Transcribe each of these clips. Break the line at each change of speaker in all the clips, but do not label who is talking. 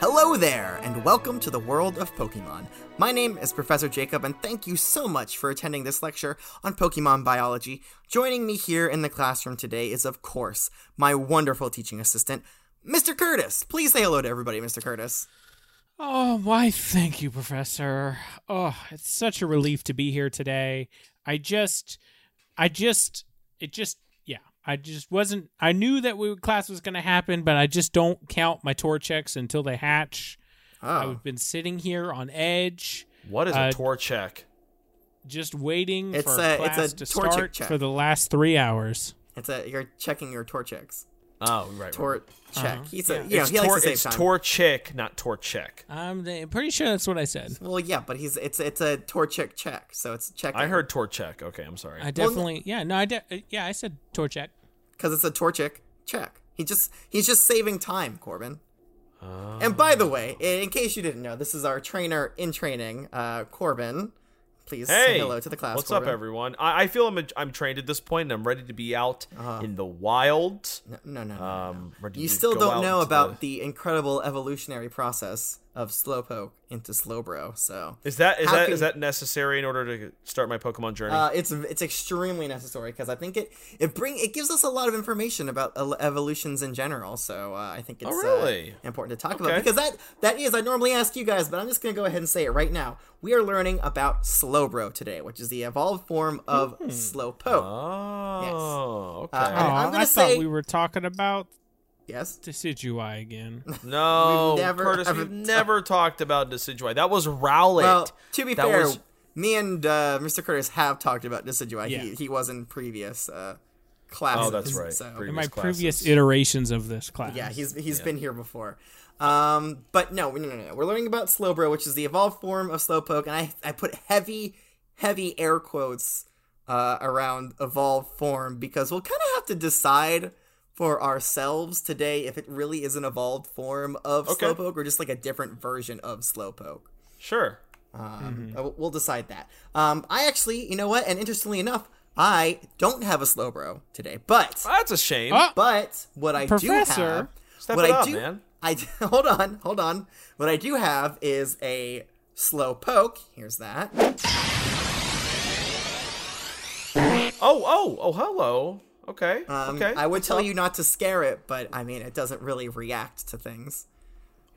Hello there, and welcome to the world of Pokemon. My name is Professor Jacob, and thank you so much for attending this lecture on Pokemon biology. Joining me here in the classroom today is, of course, my wonderful teaching assistant, Mr. Curtis. Please say hello to everybody, Mr. Curtis.
Oh, why, thank you, Professor. Oh, it's such a relief to be here today. I just, I just, it just, yeah, I just wasn't, I knew that we, class was going to happen, but I just don't count my tour checks until they hatch.
Oh,
I've been sitting here on edge,
What is
Uh,
a tour check?
just waiting
It's
for
a- it's
class
a
to
tour check
start
check.
for the last three hours.
it's a you're checking your Torchics.
Oh, right.
Tor check. He's a you know
it's
he likes
tor,
to save
it's
time.
tor chick, not tor check.
I'm, I'm pretty sure that's what I said.
well, yeah, but he's it's it's a Torchic check, so it's check.
I heard tor check. Okay, I'm sorry.
I definitely, yeah, no, I, de- yeah, I said tour check.
because it's a Torchic check. He just he's just saving time, Corbin. And by the
Oh.
way, in in case you didn't know, this is our trainer in training, uh, Corbin. Please say
hey,
hello to the class.
What's
Corbin.
up, everyone? I, I feel I'm, a, I'm trained at this point, and I'm ready to be out in the wild.
No, no, no.
Um, ready
Uh-huh. you
to
still
go
don't
out
know
into
about the... incredible evolutionary process of Slowpoke into Slowbro. So
Is that is
How
that
can-
is that necessary in order to start my Pokemon journey?
Uh, it's it's extremely necessary because I think it it bring it gives us a lot of information about el- evolutions in general. So uh, I think it's
Oh,
uh,
really?
important to talk about
Okay.
because that that is I normally ask you guys, but I'm just gonna go ahead and say it right now. We are learning about Slowbro today, which is the evolved form of
Hmm.
Slowpoke.
oh, okay.
Uh, I- I'm
Aw,
gonna
I
say-
thought we were talking about
yes.
Decidueye again.
no,
we've never
Curtis,
ever-
we've never talked about Decidueye. That was Rowlet.
Well, to be
That
fair,
was-
me and uh, Mr. Curtis have talked about Decidueye.
Yeah.
He he was in previous uh, classes.
oh, that's right.
So.
in
Previous
my
classes.
previous iterations of this class.
Yeah, he's he's been here before. Um, but no, no, no, no. We're learning about Slowbro, which is the evolved form of Slowpoke, and I I put heavy, heavy air quotes uh, around evolved form because we'll kind of have to decide for ourselves today if it really is an evolved form of
Okay.
Slowpoke or just like a different version of Slowpoke.
Sure.
Um, uh, We'll decide that. Um, I actually, you know what? And interestingly enough, I don't have a Slowbro today, but
That's a shame.
Ah!
but what I do
Professor,
have,
step
what
it
I
up,
do,
man.
I hold on, hold on. What I do have is a slow poke. Here's that.
Oh, oh, oh, hello. Okay.
Um,
okay.
I would tell you not to scare it, but I mean, it doesn't really react to things.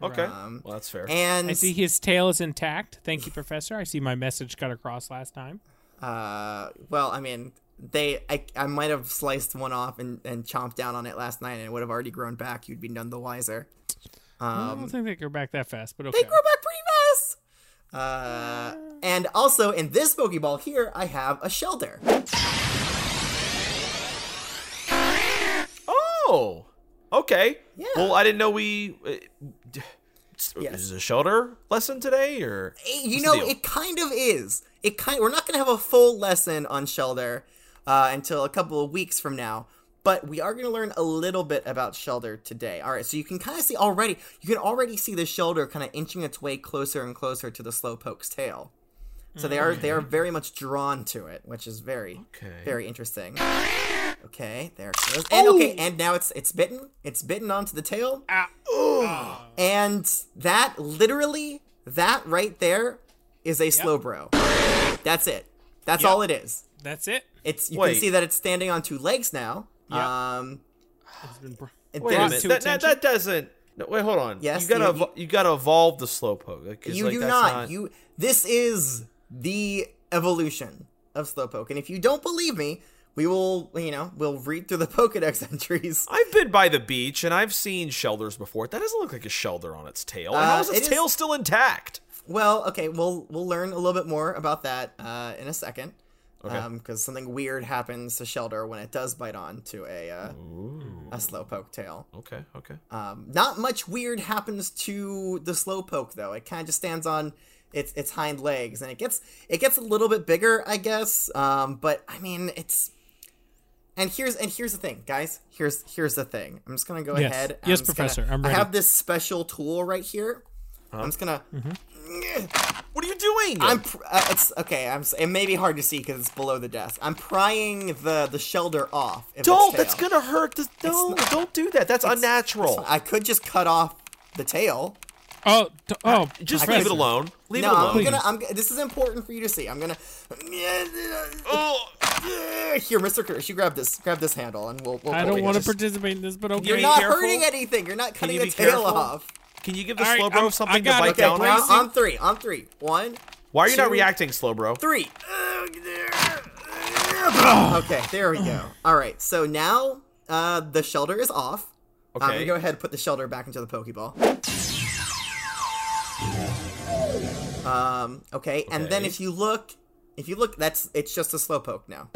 Okay. well, that's fair.
um, And
I see his tail is intact. Thank you, Professor. I see my message got across last time.
uh, well, I mean, they, I, I might have sliced one off and, and chomped down on it last night, and it would have already grown back. You'd be none the wiser.
I
Um,
don't think they go back that fast, but okay.
They grow back pretty fast. Uh, and also in this Pokeball here, I have a Shelter.
oh, okay.
Yeah.
Well, I didn't know we. Uh, d- s-
Yes.
Is it a shoulder lesson today or?
It- you
What's the
know,
deal?
it kind of is. It kind. We're not going to have a full lesson on Shelter uh, until a couple of weeks from now, but we are going to learn a little bit about Shelter today. All right, so you can kind of see already. You can already see the Shelter kind of inching its way closer and closer to the Slowpoke's tail. So they are they are very much drawn to it, which is very
Mm. Okay.
very interesting. Okay, there it goes.
Oh!
And okay, and now it's it's bitten. It's bitten onto the tail.
Ah,
And that literally, that right there is a slow bro. That's it. That's all it is.
That's it.
It's you
Wait.
can see that it's standing on two legs now.
Yeah.
Um
It's been br-
it-
Wait a
there's-
minute.
to
That, that,
attention?
that doesn't. No, wait, hold on.
Yes,
you gotta
you-
evo- you, gotta evolve the slowpoke. Like, 'cause,
you
like,
do
that's
not. You this is the evolution of Slowpoke. And if you don't believe me, we will you know, we'll read through the Pokedex entries.
I've been by the beach and I've seen shelders before. That doesn't look like a shelter on its tail. And
Uh,
How is
it
its
is-
tail still intact?
Well, okay, we'll we'll learn a little bit more about that uh, in a second. Okay. Because something weird happens to Shelter when it does bite on to a uh, a Slowpoke tail.
Okay. Okay.
Um, not much weird happens to the Slowpoke though. It kind of just stands on its its hind legs, and it gets it gets a little bit bigger, I guess. Um, but I mean, it's and here's and here's the thing, guys. Here's here's the thing. I'm just gonna go
Yes.
ahead.
Yes,
I'm just gonna-
Professor, I'm
I
ready.
have this special tool right here. I'm just gonna.
Mm-hmm.
What are you doing?
I'm pr- uh, it's okay. I'm. s- It may be hard to see because it's below the desk. I'm prying the the shelter off. if it's
Don't.
tail.
That's gonna hurt. The, no, don't do that. That's unnatural.
I could just cut off the tail.
Oh, t- oh,
Just
Professor.
leave it alone. Leave
no,
it
I'm
alone.
gonna. I'm. g- This is important for you to see. I'm gonna.
Oh,
Here, Mr. Kirsch, you grab this. Grab this handle, and we'll. we'll
I don't
we'll
want to
just-
participate in this, but okay.
You're
You're not
Be careful.
hurting anything. You're not cutting
you
the
be
tail
careful?
off.
can you give the
All right,
slow bro
I'm- I
something to
got it.
bite
Okay,
down
now
on?
on three. On three. One,
Why are you not
two,
reacting, slow bro?
three. Okay, there we go. All right, so now uh, the shelter is off. I'm gonna
Okay.
Uh, go ahead and put the shelter back into the Pokeball. Um, okay, and then
Okay.
if you look, if you look, that's it's just a Slowpoke now.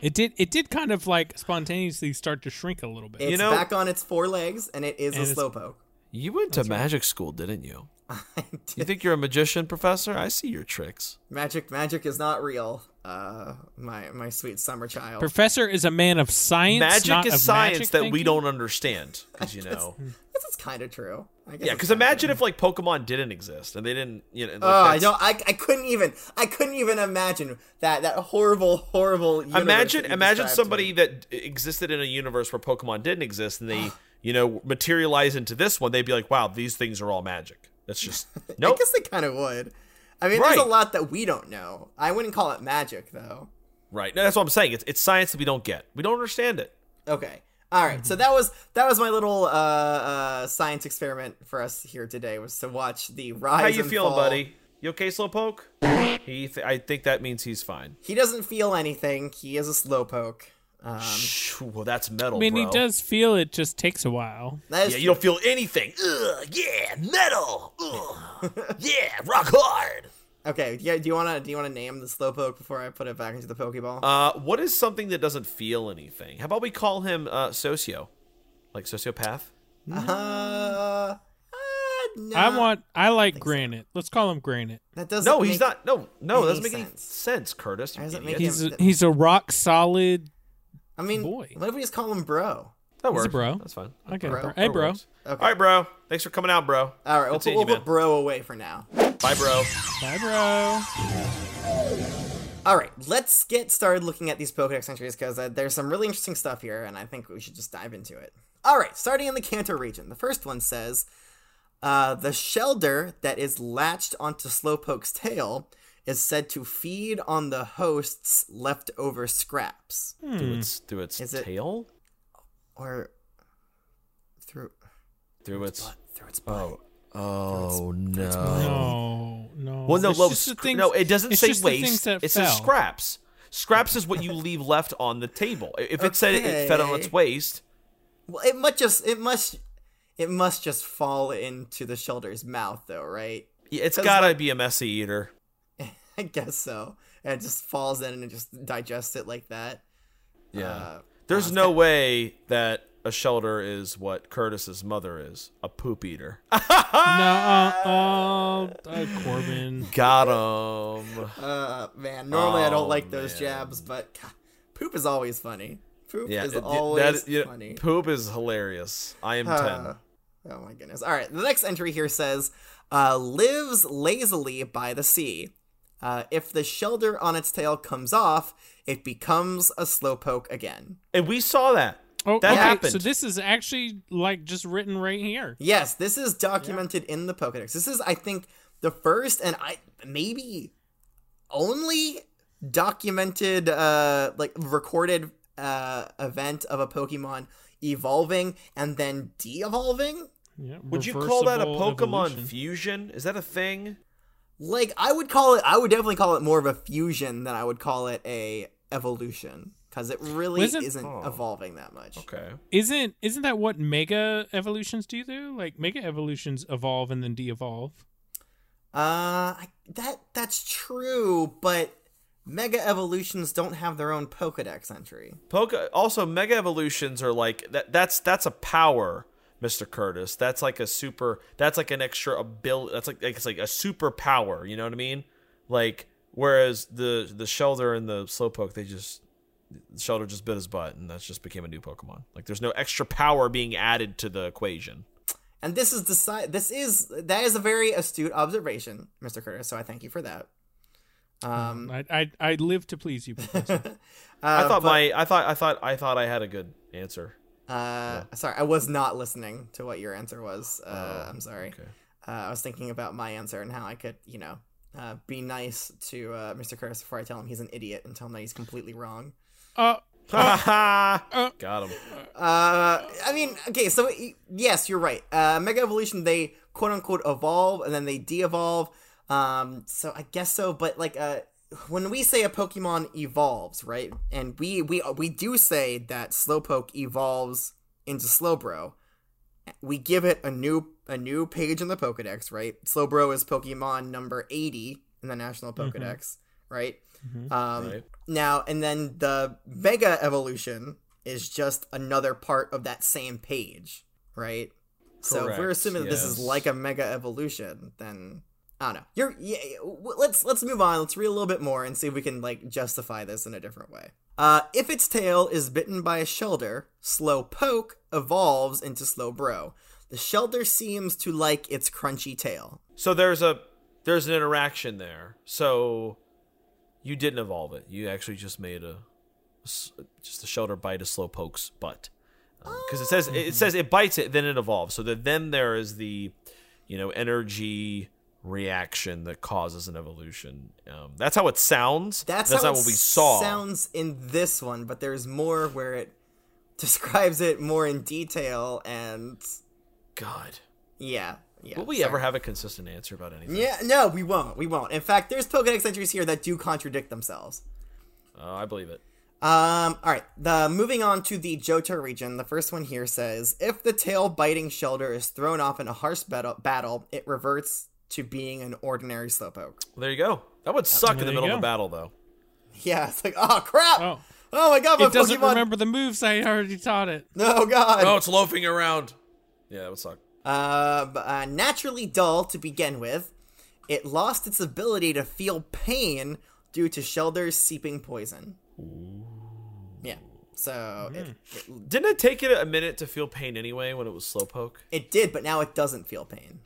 It did. It did kind of like spontaneously start to shrink a little bit.
It's
You know-
back on its four legs, and it is
And
a
it's-
Slowpoke.
You went to magic school, didn't you?
I
You
did-
think you're a magician, professor? I see your tricks.
magic, magic is not real. Uh, my my sweet summer child.
Professor is a man of science. not
Magic
of
is science
magic
that we
thinking.
don't understand, because you know.
this is kind of true. I guess
Yeah,
it's
because
kinda
imagine if like Pokemon didn't exist and they didn't, you know. Like,
Oh, I
that's-
don't. I, I couldn't even. I couldn't even imagine that. That horrible, horrible. universe
Imagine,
that you
imagine
described to
somebody
me.
that e, existed in a universe where Pokemon didn't exist, and they, you know, materialize into this one. They'd be like, "Wow, these things are all magic." That's just
I
nope.
guess they kind of would. I mean, there's
Right.
a lot that we don't know. I wouldn't call it magic, though.
Right? No, that's what I'm saying. It's it's science that we don't get. We don't understand it.
Okay. All right. So that was that was my little uh, uh, science experiment for us here today was to watch the rise.
How you
and
feeling,
fall.
buddy? You okay, Slowpoke? He, th- I think that means he's fine.
He doesn't feel anything. He is a slowpoke. Um,
Shh, well, that's metal,
I mean,
bro.
he does feel it. Just takes a while.
that is
Yeah, you don't feel anything. Ugh, yeah, metal. Ugh, yeah, rock hard.
okay. Yeah. Do you wanna do you wanna name the slowpoke before I put it back into the pokeball?
Uh, what is something that doesn't feel anything? How about we call him uh, socio, like sociopath?
Uh, uh, no.
I want. I like granite. Let's call him granite.
That doesn't.
No, he's
make-
not. No, no, that doesn't
any
make any
sense.
sense, Curtis. You
Why does it
idiot.
make him-
He's a,
that-
he's a rock solid.
I mean,
Boy.
what if we just call him bro?
that
a
works,
bro.
That's fine.
Okay,
Bro. Uh,
bro. hey,
That
bro.
works. All right, bro. Thanks for coming out, bro.
All right, we'll,
Good
put,
seeing
we'll
you,
put bro away for now.
man. Bye, bro.
Bye, bro.
All right, let's get started looking at these Pokedex entries because uh, there's some really interesting stuff here, and I think we should just dive into it. All right, starting in the Kanto region, the first one says uh, the shelter that is latched onto Slowpoke's tail is said to feed on the host's leftover scraps.
Hmm.
Through its through its
Is it-
tail,
Or through,
through its.
through its butt.
Oh no.
No, no.
Well, no,
It's
well,
just the
sc-
things-
no. It doesn't
it's
say
just the things
waste.
that
It says
fell.
scraps. Scraps is what you leave left on the table. I- If it said it, it fed on
Okay.
its waist,
Well, it must just it must it must just fall into the shelter's mouth, though, right?
yeah, it's
'Cause,
gotta be a messy eater.
I guess so. And it just falls in and it just digests it like that.
Yeah.
Uh,
There's no way that a shelter is what Curtis's mother is, a poop eater.
No,
Ah.
uh, uh, uh, Corbin.
Got him.
uh, man, normally I
Oh,
don't like those
man.
jabs, but God, poop is always funny. Poop
Yeah,
is
it- it-
always
that- yeah,
funny.
Poop is hilarious. I am
Uh, oh my goodness. All right, the next entry here says, uh, lives lazily by the sea. Uh, if the shelter on its tail comes off, it becomes a slowpoke again.
ten, and we saw that.
Oh,
that
okay,
happened.
So this is actually like just written right here.
Yes, this is documented in the Pokedex. This is, I think, the first and I maybe only documented, uh, like recorded uh, event of a Pokemon evolving and then de-evolving.
Yeah,
Would you call that a
reversible
Pokemon
evolution.
fusion? Is that a thing?
Like I would call it, I would definitely call it more of a fusion than I would call it a evolution because it really
Wasn't-
isn't
Oh.
evolving that much.
Okay.
Isn't isn't that what mega evolutions do though? Like mega evolutions evolve and then de-evolve.
Uh, I- that that's true, but mega evolutions don't have their own Pokedex entry.
Poke also mega evolutions are like that that's that's a power, Mr. Curtis. That's like a super that's like an extra ability that's like it's like a superpower, you know what I mean? Like whereas the the Shelter and the Slowpoke, they just Shelter just bit his butt and that's just became a new Pokemon. Like there's no extra power being added to the equation.
And this is the si- this is that is a very astute observation, Mr. Curtis. So I thank you for that. Um, uh,
I, I I live to please you.
Mm,
Professor.
I thought my I thought I thought I thought I had a good answer.
uh, sorry, I was not listening to what your answer was. Uh, I'm sorry.
Oh, okay.
Uh, I was thinking about my answer and how I could, you know, uh, be nice to uh, Mr. Curtis before I tell him he's an idiot and tell him that he's completely wrong.
Uh,
Got him.
Uh, I mean, okay, so y- yes, you're right. Uh, Mega Evolution, they quote unquote evolve and then they de-evolve. Um, so I guess so, but like, uh, when we say a Pokemon evolves, right, and we we we do say that Slowpoke evolves into Slowbro. We give it a new a new page in the Pokedex, right? Slowbro is Pokemon number eighty in the National Pokedex, right?
Mm-hmm.
Um,
Right.
Now and then the Mega Evolution is just another part of that same page, right? So if we're
Correct,
assuming that this is
yes.
like a Mega Evolution, then I don't know. You're yeah, yeah, w- let's let's move on. Let's read a little bit more and see if we can like justify this in a different way. Uh, if its tail is bitten by a shelter, Slowpoke evolves into Slowbro. The shelter seems to like its crunchy tail.
So there's a there's an interaction there. So you didn't evolve it. You actually just made a s- just a shoulder bite a slowpoke's butt because it says it,
Oh.
it says it bites it, then it evolves. So that then there is the you know energy reaction that causes an evolution. Um, that's how it sounds.
That's,
that's
how
not
it
what we saw.
Sounds in this one, but there's more where it describes it more in detail, and
God,
yeah, yeah.
will we
sorry.
ever have a consistent answer about anything?
Yeah, no, we won't. We won't. In fact, there's Pokedex entries here that do contradict themselves.
Uh, I believe it.
Um, all right. The moving on to the Johto region. The first one here says, if the tail biting shelter is thrown off in a harsh battle, battle it reverts to being an ordinary slowpoke.
Well, there you go. That would suck in
There
the
you
middle of
go.
a battle, though.
Yeah, it's like, oh crap! Oh,
oh,
my god, my
it doesn't
Pokemon!
remember the moves I already taught it.
Oh god.
Oh, it's loafing around. Yeah, that would suck.
Uh, b- uh, naturally dull to begin with, it lost its ability to feel pain due to shelter's seeping poison. Yeah. So
Hmm.
it, it
Didn't it take it a minute to feel pain anyway when it was slowpoke?
It did, but now it doesn't feel pain.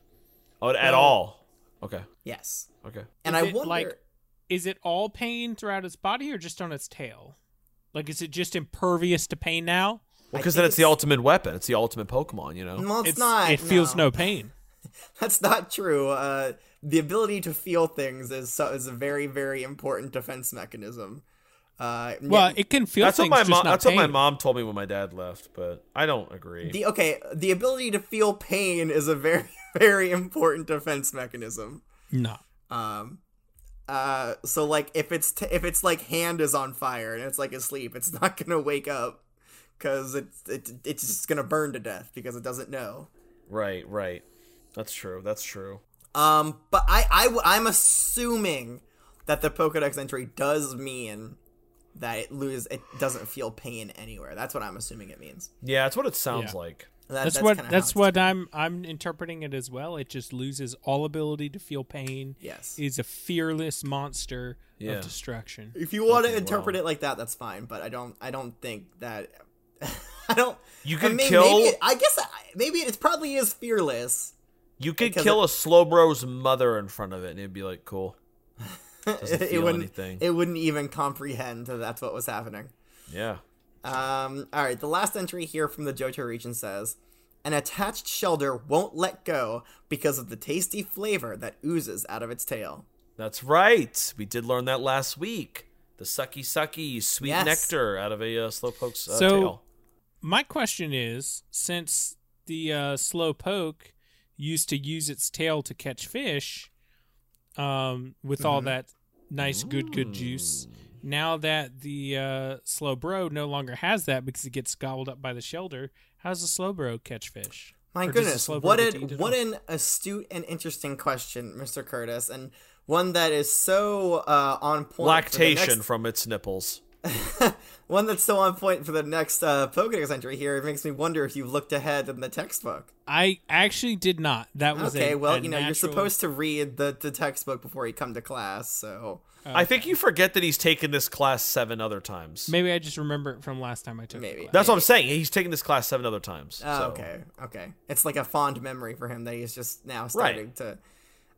Oh, at all? Okay,
Yes.
okay.
And
Is
I
it,
wonder.
like- Is it all pain throughout its body or just on its tail? Like, is it just impervious to pain
Well,
now?
I
because
think
then it's the
it's-
ultimate weapon. It's the ultimate Pokemon, you know.
well, it's,
It's-
not.
It feels no pain.
That's not true. Uh, the ability to feel things is so, is a very very important defense mechanism. Uh,
Well, it can feel
That's what
things,
my
just
mom.
not
That's
pain.
what my mom told me when my dad left, but I don't agree.
the okay, the ability to feel pain is a very very important defense mechanism.
No.
Um, uh, so like if it's t- if it's like hand is on fire and it's like asleep, it's not gonna wake up because it's it, it's just gonna burn to death because it doesn't know.
right, right. That's true. That's true.
Um, but I, I, w- I'm assuming that the Pokedex entry does mean that it loses, it doesn't feel pain anywhere. That's what I'm assuming it means.
Yeah, that's what it sounds
Yeah.
like.
That-
That's,
kinda
what
how
that's
it's-
what I'm I'm interpreting it as well. It just loses all ability to feel pain.
Yes.
Is a fearless monster
Yeah.
of destruction.
If you want to
Okay,
interpret
wow.
it like that, that's fine. But I don't, I don't think that. I don't.
You
I
can
mean,
kill.
Maybe, I guess I- maybe it probably is fearless.
you could
because
kill a Slowbro's mother in front of it, and it'd be like, cool. Doesn't
it
feel
wouldn't.
anything.
It wouldn't even comprehend that that's what was happening.
Yeah.
Um, all right, the last entry here from the Johto region says An attached shelter won't let go because of the tasty flavor that oozes out of its tail.
That's right. We did learn that last week. The sucky sucky sweet
Yes.
nectar out of a uh, slowpoke's uh,
So-
tail.
My question is, since the uh, slowpoke used to use its tail to catch fish, um, with all
Mm-hmm.
that nice good good juice, now that the uh, slow bro no longer has that because it gets gobbled up by the shelter, how's the slow bro catch fish?
My
Or does the
goodness,
slow bro
what
get to eat
an
it
what
all?
an astute and interesting question, Mr. Curtis, and one that is so uh, on point. For the
Lactation
next,
from its nipples.
one that's so on point for the next uh, Pokedex entry here. It makes me wonder if you've looked ahead in the textbook.
I actually did not. That was
Okay,
a-
well,
a
you know, you're
natural-
supposed to read the, the textbook before you come to class, so.
Oh,
I think you forget that he's taken this class seven other times.
Maybe I just remember it from last time I took. the
Maybe.
class.
That's what I'm saying. He's taken this class seven other times.
Oh,
so.
okay, okay. It's like a fond memory for him that he's just now starting to.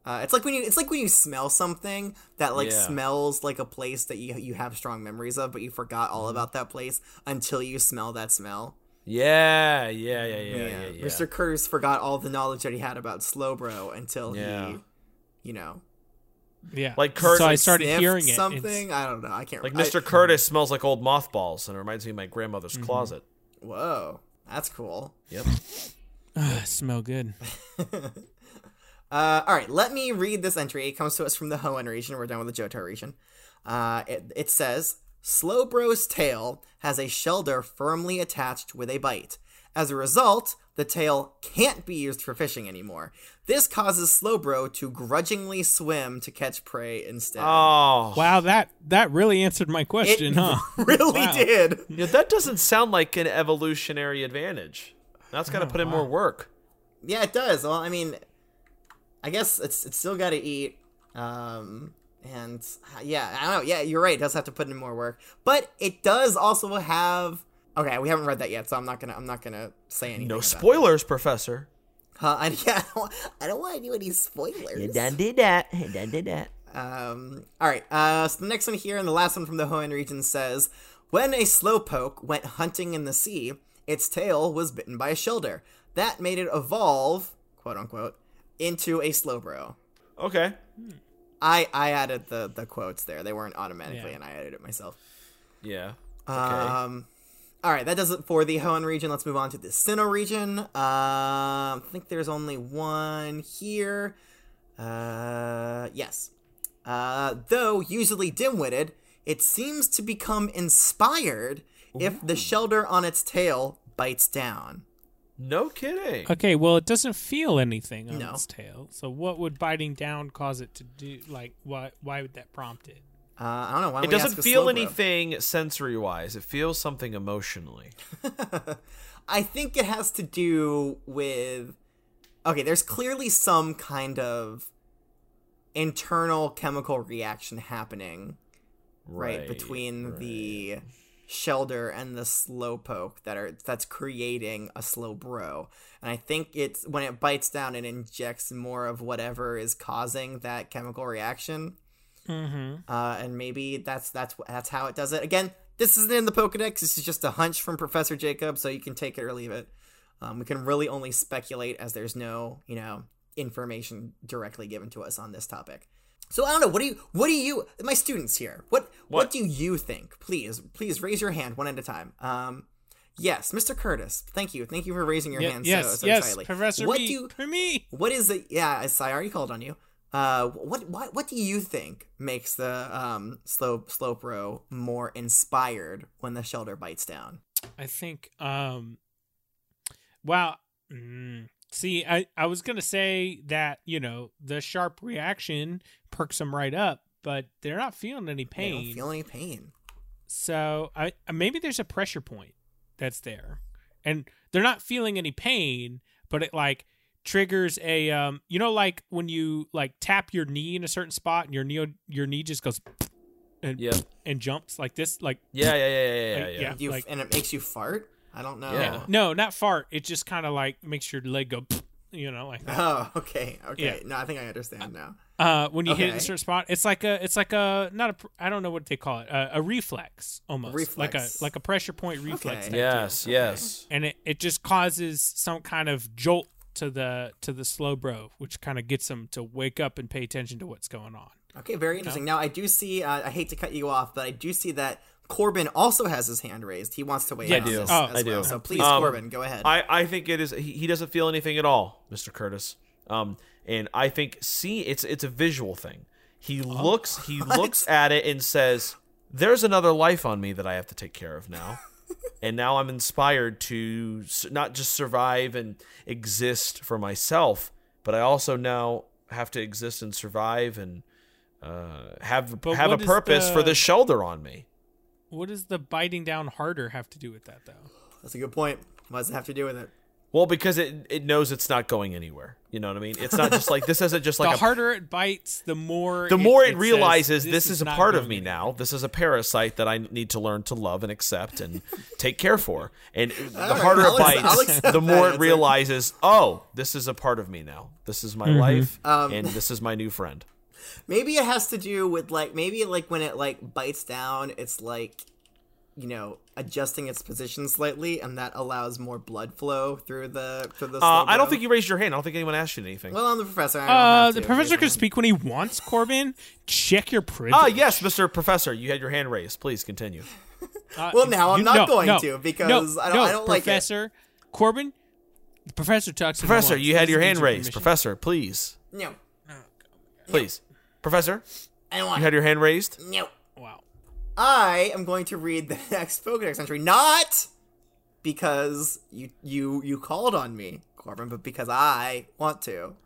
Uh, it's like when you it's like when you smell something that like
Yeah.
smells like a
Mm-hmm.
place that you you have strong memories of, but you forgot all about that place until you smell that smell.
Yeah, yeah, yeah, yeah, yeah. yeah,
Mr. Curtis forgot all the knowledge that he had about Slowbro until
Yeah.
he, you know,
Yeah.
Like Kurt-
so I started
sniffed
hearing it. It's-
something. I don't know. I can't.
Like
I-
Mr. Curtis smells like old mothballs, and it reminds me of my grandmother's
Mm-hmm.
closet.
Whoa, that's cool.
Yep.
Ah, smell good.
Uh, all right, let me read this entry. It comes to us from the Hoenn region. We're done with the Johto region. Uh, it, it says Slowbro's tail has a shelter firmly attached with a bite. As a result, the tail can't be used for fishing anymore. This causes Slowbro to grudgingly swim to catch prey instead.
Oh,
Wow, that that really answered my question, huh?
really
wow.
did.
Yeah, that doesn't sound like an evolutionary advantage. That's
Oh,
got to put in more work.
Yeah, it does. Well, I mean, I guess it's it's still got to eat. Um, and uh, yeah, I don't know. Yeah, you're right. It does have to put in more work, but it does also have. Okay, we haven't read that yet, so I'm not gonna I'm not gonna say anything.
No
about it.
spoilers, Professor.
Huh, I, yeah, I don't, want to do any spoilers.
did that. Done did that.
Um, all right. Uh, so the next one here and the last one from the Hoenn region says, "When a slowpoke went hunting in the sea, its tail was bitten by a shelter. That made it evolve, quote unquote, into a slowbro."
Okay.
I I added the the quotes there. They weren't automatically,
Yeah.
and I added it myself.
Yeah. Okay.
Um, all right, that does it for the Hoenn region. Let's move on to the Sinnoh region. Um, I think there's only one here. Uh, yes. Uh, though usually dim-witted, it seems to become inspired if the shelter on its tail bites down.
no kidding.
Okay, well, it doesn't feel anything on
No.
its tail. So what would biting down cause it to do? Like, why why would that prompt it?
Uh, I don't know. Why don't
It
we ask
doesn't
a
feel
Slowbro?
anything sensory wise. It feels something emotionally.
I think it has to do with okay, there's clearly some kind of internal chemical reaction happening right, between the shelter and the slowpoke that are that's creating a slow bro. And I think it's when it bites down it injects more of whatever is causing that chemical reaction
Mm-hmm.
uh, and maybe that's that's that's how it does it. Again, this isn't in the Pokedex. This is just a hunch from Professor Jacob, so you can take it or leave it. Um, we can really only speculate as there's no you know information directly given to us on this topic. So I don't know. What do you? What do you? My students here. What? What,
What?
do you think? Please, please raise your hand one at a time. Um, yes, Mr. Curtis. Thank you. Thank you for raising your hand.
yes,
so, so
yes,
excitedly.
Professor
What
me,
do you?
for me.
What is it? Yeah, I I already called on you. Uh, what what what do you think makes the um slow slope row more inspired when the shelter bites down?
I think. Um. Wow. Mm, see, I I was gonna say that you know the sharp reaction perks them right up, but they're not feeling any
They don't
pain.
feel any pain.
So I maybe there's a pressure point that's there, and they're not feeling any pain, but it like triggers a um you know like when you like tap your knee in a certain spot and your knee your knee just goes and
Yeah.
and jumps like this like
Yeah, yeah, yeah, yeah, yeah,
Like,
yeah.
yeah.
Do you,
Like-
and it makes you fart. I don't know.
Yeah.
no not fart it just kind of like makes your leg go you know like that.
Oh, okay, okay.
Yeah.
No, I think I understand now.
uh when you hit it in
Okay.
a certain spot it's like a it's like a not a pr- I don't know what they call it uh, a reflex almost like a
Reflex.
like a pressure point
Okay.
reflex type
Yes, yes.
and it, it just causes some kind of jolt to the to the slow bro which kind of gets them to wake up and pay attention to what's going on
Okay, very interesting. Now I do see. Uh, I hate to cut you off, but I do see that Corbin also has his hand raised. He wants to weigh
Yeah,
in.
I
on
do.
this
Oh,
as
I do.
well. So please,
Um,
Corbin, go ahead.
I, I think it is. He, he doesn't feel anything at all, Mr. Curtis. Um, and I think see, it's it's a visual thing. He
Oh.
looks he looks at it and says, "There's another life on me that I have to take care of now." and now I'm inspired to s- not just survive and exist for myself, but I also now have to exist and survive and uh, have
But
have a
what is
purpose for
the-
this shoulder on me.
what does the biting down harder have to do with that though
That's a good point. What does it have to do with it?
Well, because it it knows it's not going anywhere. You know what I mean? It's not just like this isn't just like
the
a
harder it bites the more
the more it,
says,
realizes this, is, a
not
part of
going
me
anywhere."
now. This is a parasite that I need to learn to love and accept and take care for. And the
right,
harder
I'll
it
accept- I'll
bites,
accept
the
that
more it
answer.
realizes, oh, this is a part of me now. This is my life, and this is my new friend.
Maybe it has to do with like maybe like when it like bites down, it's like you know, adjusting its position slightly, and that allows more blood flow through the through the.
Uh, I don't
logo.
think you raised your hand. I don't think anyone asked you anything.
Well, I'm the professor. I don't
Uh,
have
the
to,
professor
right?
can speak when he wants, Corbin. Check your privilege.
Ah, yes, Mr. Professor, you had your hand raised. Please continue.
Uh,
Well, now I'm
you-
not
no,
going
no,
to,
no,
because I don't-
no,
I don't like it.
Professor Corbin, the professor talks. when he
Professor,
wants.
you had
This
your
is
hand
user
raised.
permission.
Professor, please.
No,
Please. Professor,
I don't
you
want.
had your hand raised?
it. No,
Wow.
I am going to read the next Pokedex entry, not because you you you called on me, Corbin, but because I want to.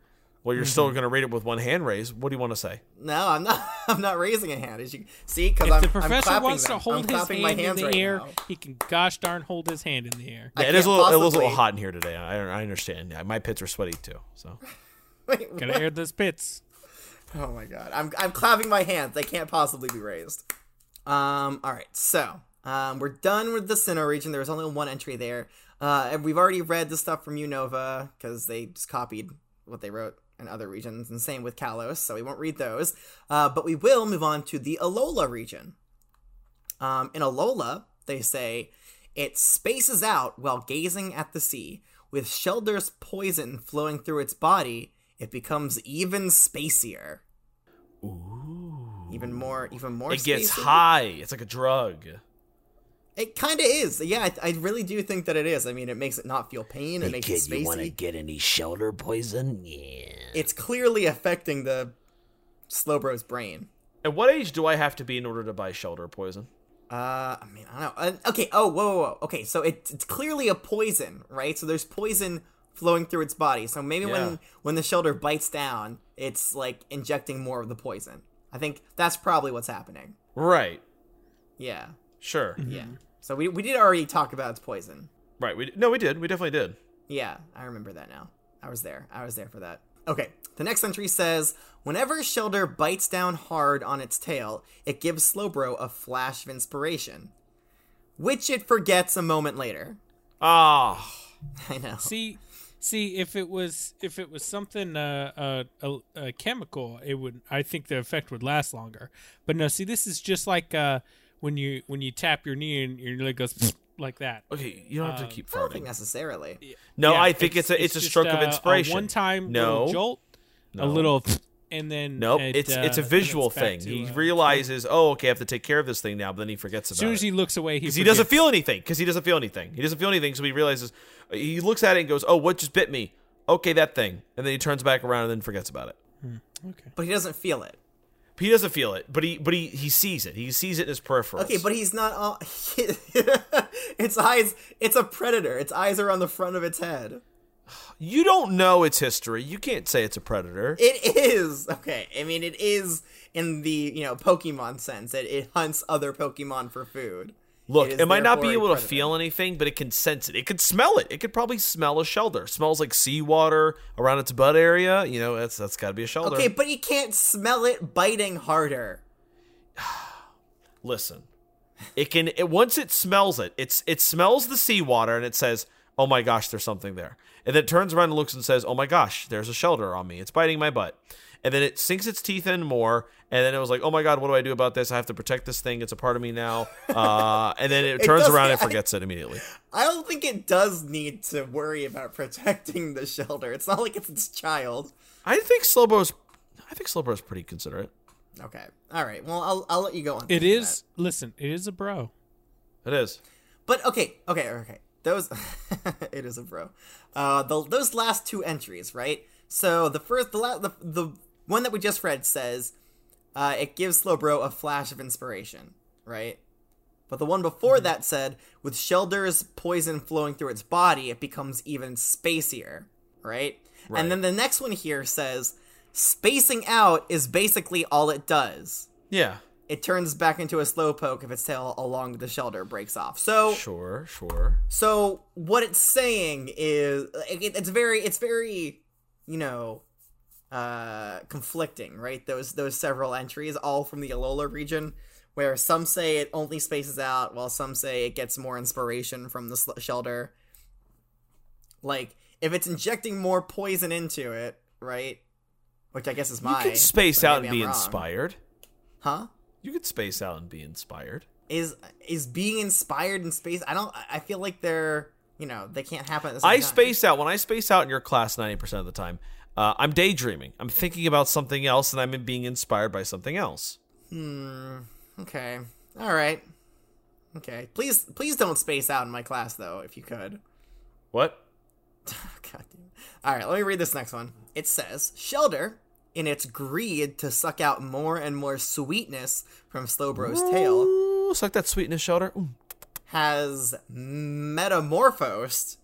Well, you're
Mm-hmm.
still going to read it with one hand raised. What do you want to say?
No, I'm not. I'm not raising a hand. As you see, because
If
I'm
the
I'm
professor
clapping
wants
them.
to hold
I'm
his
clapping
hand
my hands
in the
right
air,
now.
he can gosh darn hold his hand in the air.
I
Yeah, it is a
can't
little, it is a
possibly-
little hot in here today. I, I understand. Yeah, my pits are sweaty too. So
Wait,
Gotta air those pits.
Oh my god. I'm I'm clapping my hands. They can't possibly be raised. Um all right. So, um we're done with the Sinnoh region. There was only one entry there. Uh and we've already read the stuff from Unova cuz they just copied what they wrote in other regions and same with Kalos, so we won't read those. Uh but we will move on to the Alola region. Um in Alola, they say it spaces out while gazing at the sea. With Shelder's poison flowing through its body, it becomes even spacier. Even more, even more.
it gets
spacey.
high. It's like a drug.
It kind of is. Yeah, I, I really do think that it is. I mean, it makes it not feel pain. It
Hey
makes
kid,
it
you want to
spacey.
get any shoulder poison? Yeah.
It's clearly affecting the Slowbro's brain.
At what age do I have to be in order to buy shelter poison?
Uh, I mean, I don't know. Uh, okay. Oh, whoa, whoa, whoa. Okay, so it, it's clearly a poison, right? So there's poison flowing through its body. So maybe
Yeah.
when when the shelter bites down, it's like injecting more of the poison. I think that's probably what's happening.
Right.
Yeah.
Sure.
Mm-hmm.
Yeah.
Mm-hmm.
So we we did already talk about its poison.
Right. We no, we did. We definitely did.
Yeah, I remember that now. I was there. I was there for that. Okay, the next entry says Whenever Shelder bites down hard on its tail, it gives Slowbro a flash of inspiration, which it forgets a moment later.
Ah,
I know.
See, see if it was if it was something uh, uh, a, a chemical, it would. I think the effect would last longer. But no, see, this is just like uh, when you when you tap your knee and your leg goes like that.
okay. You don't have to keep
Uh,
I don't think
farting.
necessarily.
No,
Yeah,
I think it's, a it's, a
just uh,
stroke of
a-
inspiration.
A one time
No.
jolt, a little, and then
Nope,
it,
it's
uh,
it's a
then
visual
back
thing.
to,
he
uh,
realizes, oh, okay, I have to take care of this thing now, but then he forgets about
As soon as
it.
he looks away, he
because he doesn't
forgets.
feel anything. Because he doesn't feel anything. He doesn't feel anything. So he realizes, he looks at it and goes, "Oh, what just bit me? Okay, that thing." And then he turns back around and then forgets about it.
Okay.
But he doesn't feel it.
He doesn't feel it, but he but he he sees it. He sees it in his peripherals.
Okay, but he's not all. its eyes. It's a predator. Its eyes are on the front of its head.
you don't know its history. You can't say it's a predator.
It is okay. I mean, it is in the you know Pokemon sense. It it hunts other Pokemon for food.
Look,
It
it,
is
might not be
therefore a
able to
predator.
feel anything, but it can sense it. It could smell it. It could probably smell a shelter. smells like seawater around its butt area. You know, that's that's got to be a shelter.
Okay, but you can't smell it biting harder.
listen it can it once it smells it it's it smells the seawater and it says oh my gosh there's something there and then it turns around and looks and says oh my gosh there's a shelter on me it's biting my butt and then it sinks its teeth in more and then it was like oh my god what do i do about this i have to protect this thing it's a part of me now uh, and then it, turns
does-
around and
I-
forgets it immediately
I don't think it does need to worry about protecting the shelter. It's not like it's its child.
i think slowbo's i think slowbo's pretty considerate
Okay. All right. Well, I'll, I'll let you go on.
It
thinking
is. Listen, it is a bro.
it is
that. But okay, okay, okay. Those it is a bro. Uh the, those last two entries, right? So the first the la- the, the one that we just read says uh it gives Slowbro a flash of inspiration, right? But the one before that said, with Shelder's poison flowing through its body, it becomes even spacier, right?
Right.
And then the next one here says, spacing out is basically all it does.
yeah
It turns back into a slowpoke if its tail along with the shelter breaks off. So,
sure sure
so what it's saying is, it, it's very, it's very, you know, uh, conflicting, right? Those those several entries, all from the Alola region, where some say it only spaces out, while some say it gets more inspiration from the sl- shelter. Like, if it's injecting more poison into it, right? Which I guess is my.
you can space
but
out and
maybe
be
I'm wrong.
inspired
huh?
you could space out and be inspired
is is being inspired in space. I don't. I- I feel like they're you know they can't happen. At the same
I
time.
space out when I space out in your class ninety percent of the time. Uh, I'm daydreaming. I'm thinking about something else, and I'm being inspired by something else.
Hmm, Okay. All right. Okay. Please please don't space out in my class though, if you could. Oh,
What?
God damn. it. All right, let me read this next one. It says, Shelter, in its greed to suck out more and more sweetness from Slowbro's tail,
Ooh, suck that sweetness, shelter. Ooh.
has metamorphosed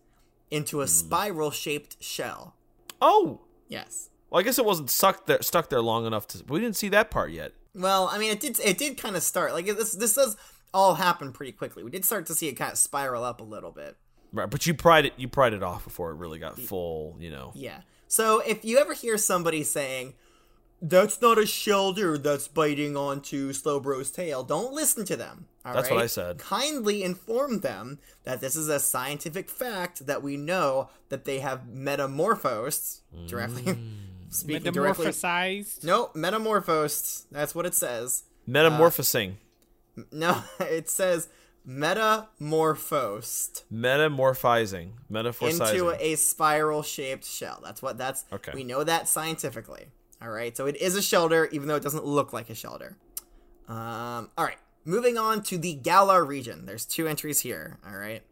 into a spiral shaped shell.
Oh,
Yes.
well, I guess it wasn't sucked there, stuck there long enough to. We didn't see that part yet.
Well, I mean, it did it did kind of start like this. This does all happen pretty quickly. We did start to see it kind of spiral up a little bit.
Right, but you pried it. You pried it off before it really got full. You know.
Yeah. So if you ever hear somebody saying, that's not a shelter that's biting onto Slowbro's tail, don't listen to them. all
That's what
right?
I said.
Kindly inform them that this is a scientific fact that we know that they have metamorphosed directly.
Mm.
speaking directly.
metamorphosized.
No, metamorphosed. That's what it says.
Metamorphosing.
No, it says metamorphosed.
Metamorphizing. Metaphoricizing.
into a spiral shaped shell. That's what that's
Okay.
we know that scientifically. All right. So it is a shelter even though it doesn't look like a shelter. Um all right. Moving on to the Galar region. There's two entries here, all right.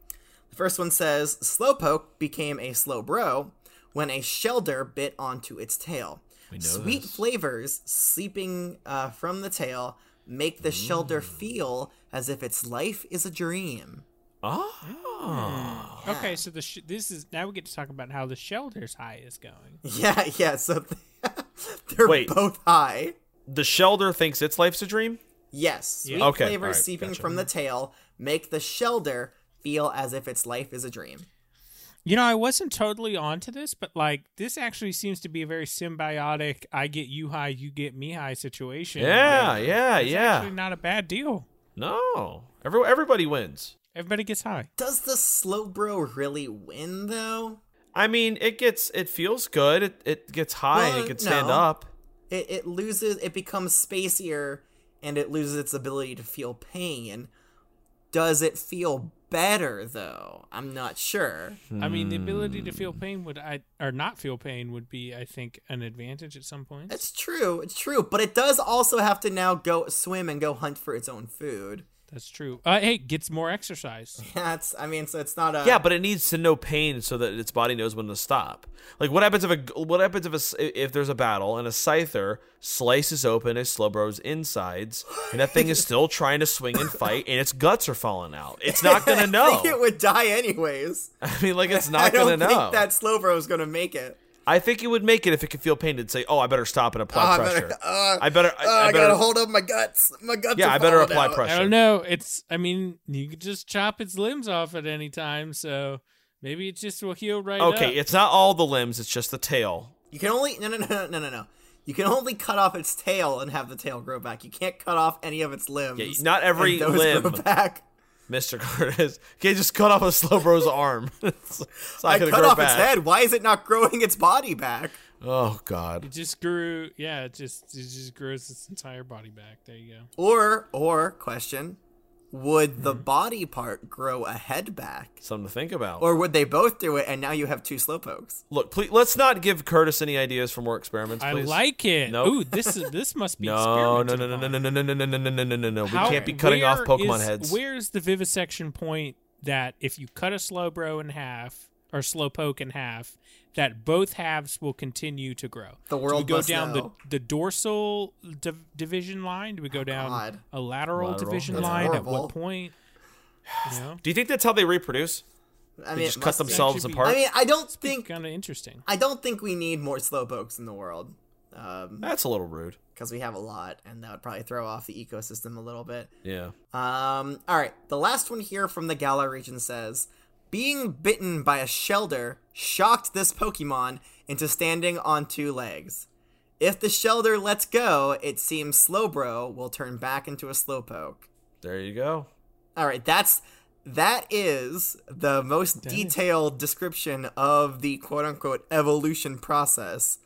The first one says Slowpoke became a slow bro when a shelter bit onto its tail. Sweet flavors seeping uh, from the tail make the shelter feel as if its life is a dream.
Ah.
Okay, so the sh- this is now we get to talk about how the shelter's high is going.
Yeah, yeah. So they're
Wait.
both high.
The shelter thinks its life's a dream.
Yes, sweet
Okay,
flavors
alright,
seeping
gotcha.
from the tail make the shelter feel as if its life is a dream.
You know, I wasn't totally onto this, but like this actually seems to be a very symbiotic. I get you high, you get me high situation.
Yeah,
Like,
yeah,
it's
yeah.
actually not a bad deal.
No, every everybody wins.
Everybody gets high.
Does the slow bro really win though?
I mean, it gets it feels good. It, it gets high and
Well,
it can stand
no. Uh,
up.
It it loses it becomes spacier and it loses its ability to feel pain. Does it feel better though? I'm not sure.
I mean, the ability to
Hmm.
feel pain would I or not feel pain would be, I think, an advantage at some point.
It's true, it's true, but it does also have to now go swim and go hunt for its own food.
That's true. Uh, hey, gets more exercise.
That's I mean, so it's not a
Yeah, but it needs to know pain so that its body knows when to stop. Like, what happens if a what happens if a, s- if there's a battle and a scyther slices open a slowbro's insides and that thing is still trying to swing and fight and its guts are falling out? It's not gonna
I think it
know.
would die anyways.
I mean, like, it's
I
not
don't
gonna
think
know.
that Slowbro is gonna make it.
I think it would make it if it could feel pain and say, "Oh, I better stop and apply
Oh, I better-
pressure.
uh,
I better. I,
Oh, I,
I better
gotta hold up my guts. My guts.
yeah,
are
I better
falling
apply
out.
pressure.
I don't know. It's I mean, you could just chop its limbs off at any time, so maybe it just will heal right
Okay,
up.
it's not all the limbs; it's just the tail.
You can only no no no no no no no. You can only cut off its tail and have the tail grow back. You can't cut off any of its limbs.
Yeah, not every
and those
limb.
grow back.
Mr. Curtis. Okay, just cut off a Slowbro's arm. it's, it's not
I
gonna
cut
grow
off
back.
its head. Why is it not growing its body back?
Oh God.
It just grew yeah, it just it just grows its entire body back. There you go.
Or or question, would
Hmm.
the body part grow a head back,
Something to think about.
or would they both do it? And now you have two slowpokes.
Look, please, let's not give Curtis any ideas for more experiments,
I
please.
like it.
Nope.
Ooh, this is this must be
no, no,
experimented
no, no, no,
upon.
no, no, no, no, no, no, no, no, no, no. We
How-
can't be cutting off
where
Pokemon
is-
heads.
Where's the vivisection point that if you cut a slowbro in half or slowpoke in half, that both halves will continue to grow?
The
Do we
world
go
must
down
know. Oh,
the the dorsal div- division line. Do we go down
God.
a lateral,
Lateral,
division
yeah. That's
line? At
horrible.
what point? You know,
Do you think that's how they reproduce?
I
They
mean, it
just cut
must be.
themselves
Actually be-
apart?
I mean, I don't think
kind of interesting.
I don't think we need more slowpokes in the world. Um,
that's a little rude.
because we have a lot, and that would probably throw off the ecosystem a little bit.
Yeah.
Um, all right, the last one here from the Galar region says, "Being bitten by a shelter shocked this Pokemon into standing on two legs. If the shelter lets go, it seems Slowbro will turn back into a Slowpoke."
There you go.
All right, that's that is the most detailed description of the quote-unquote evolution process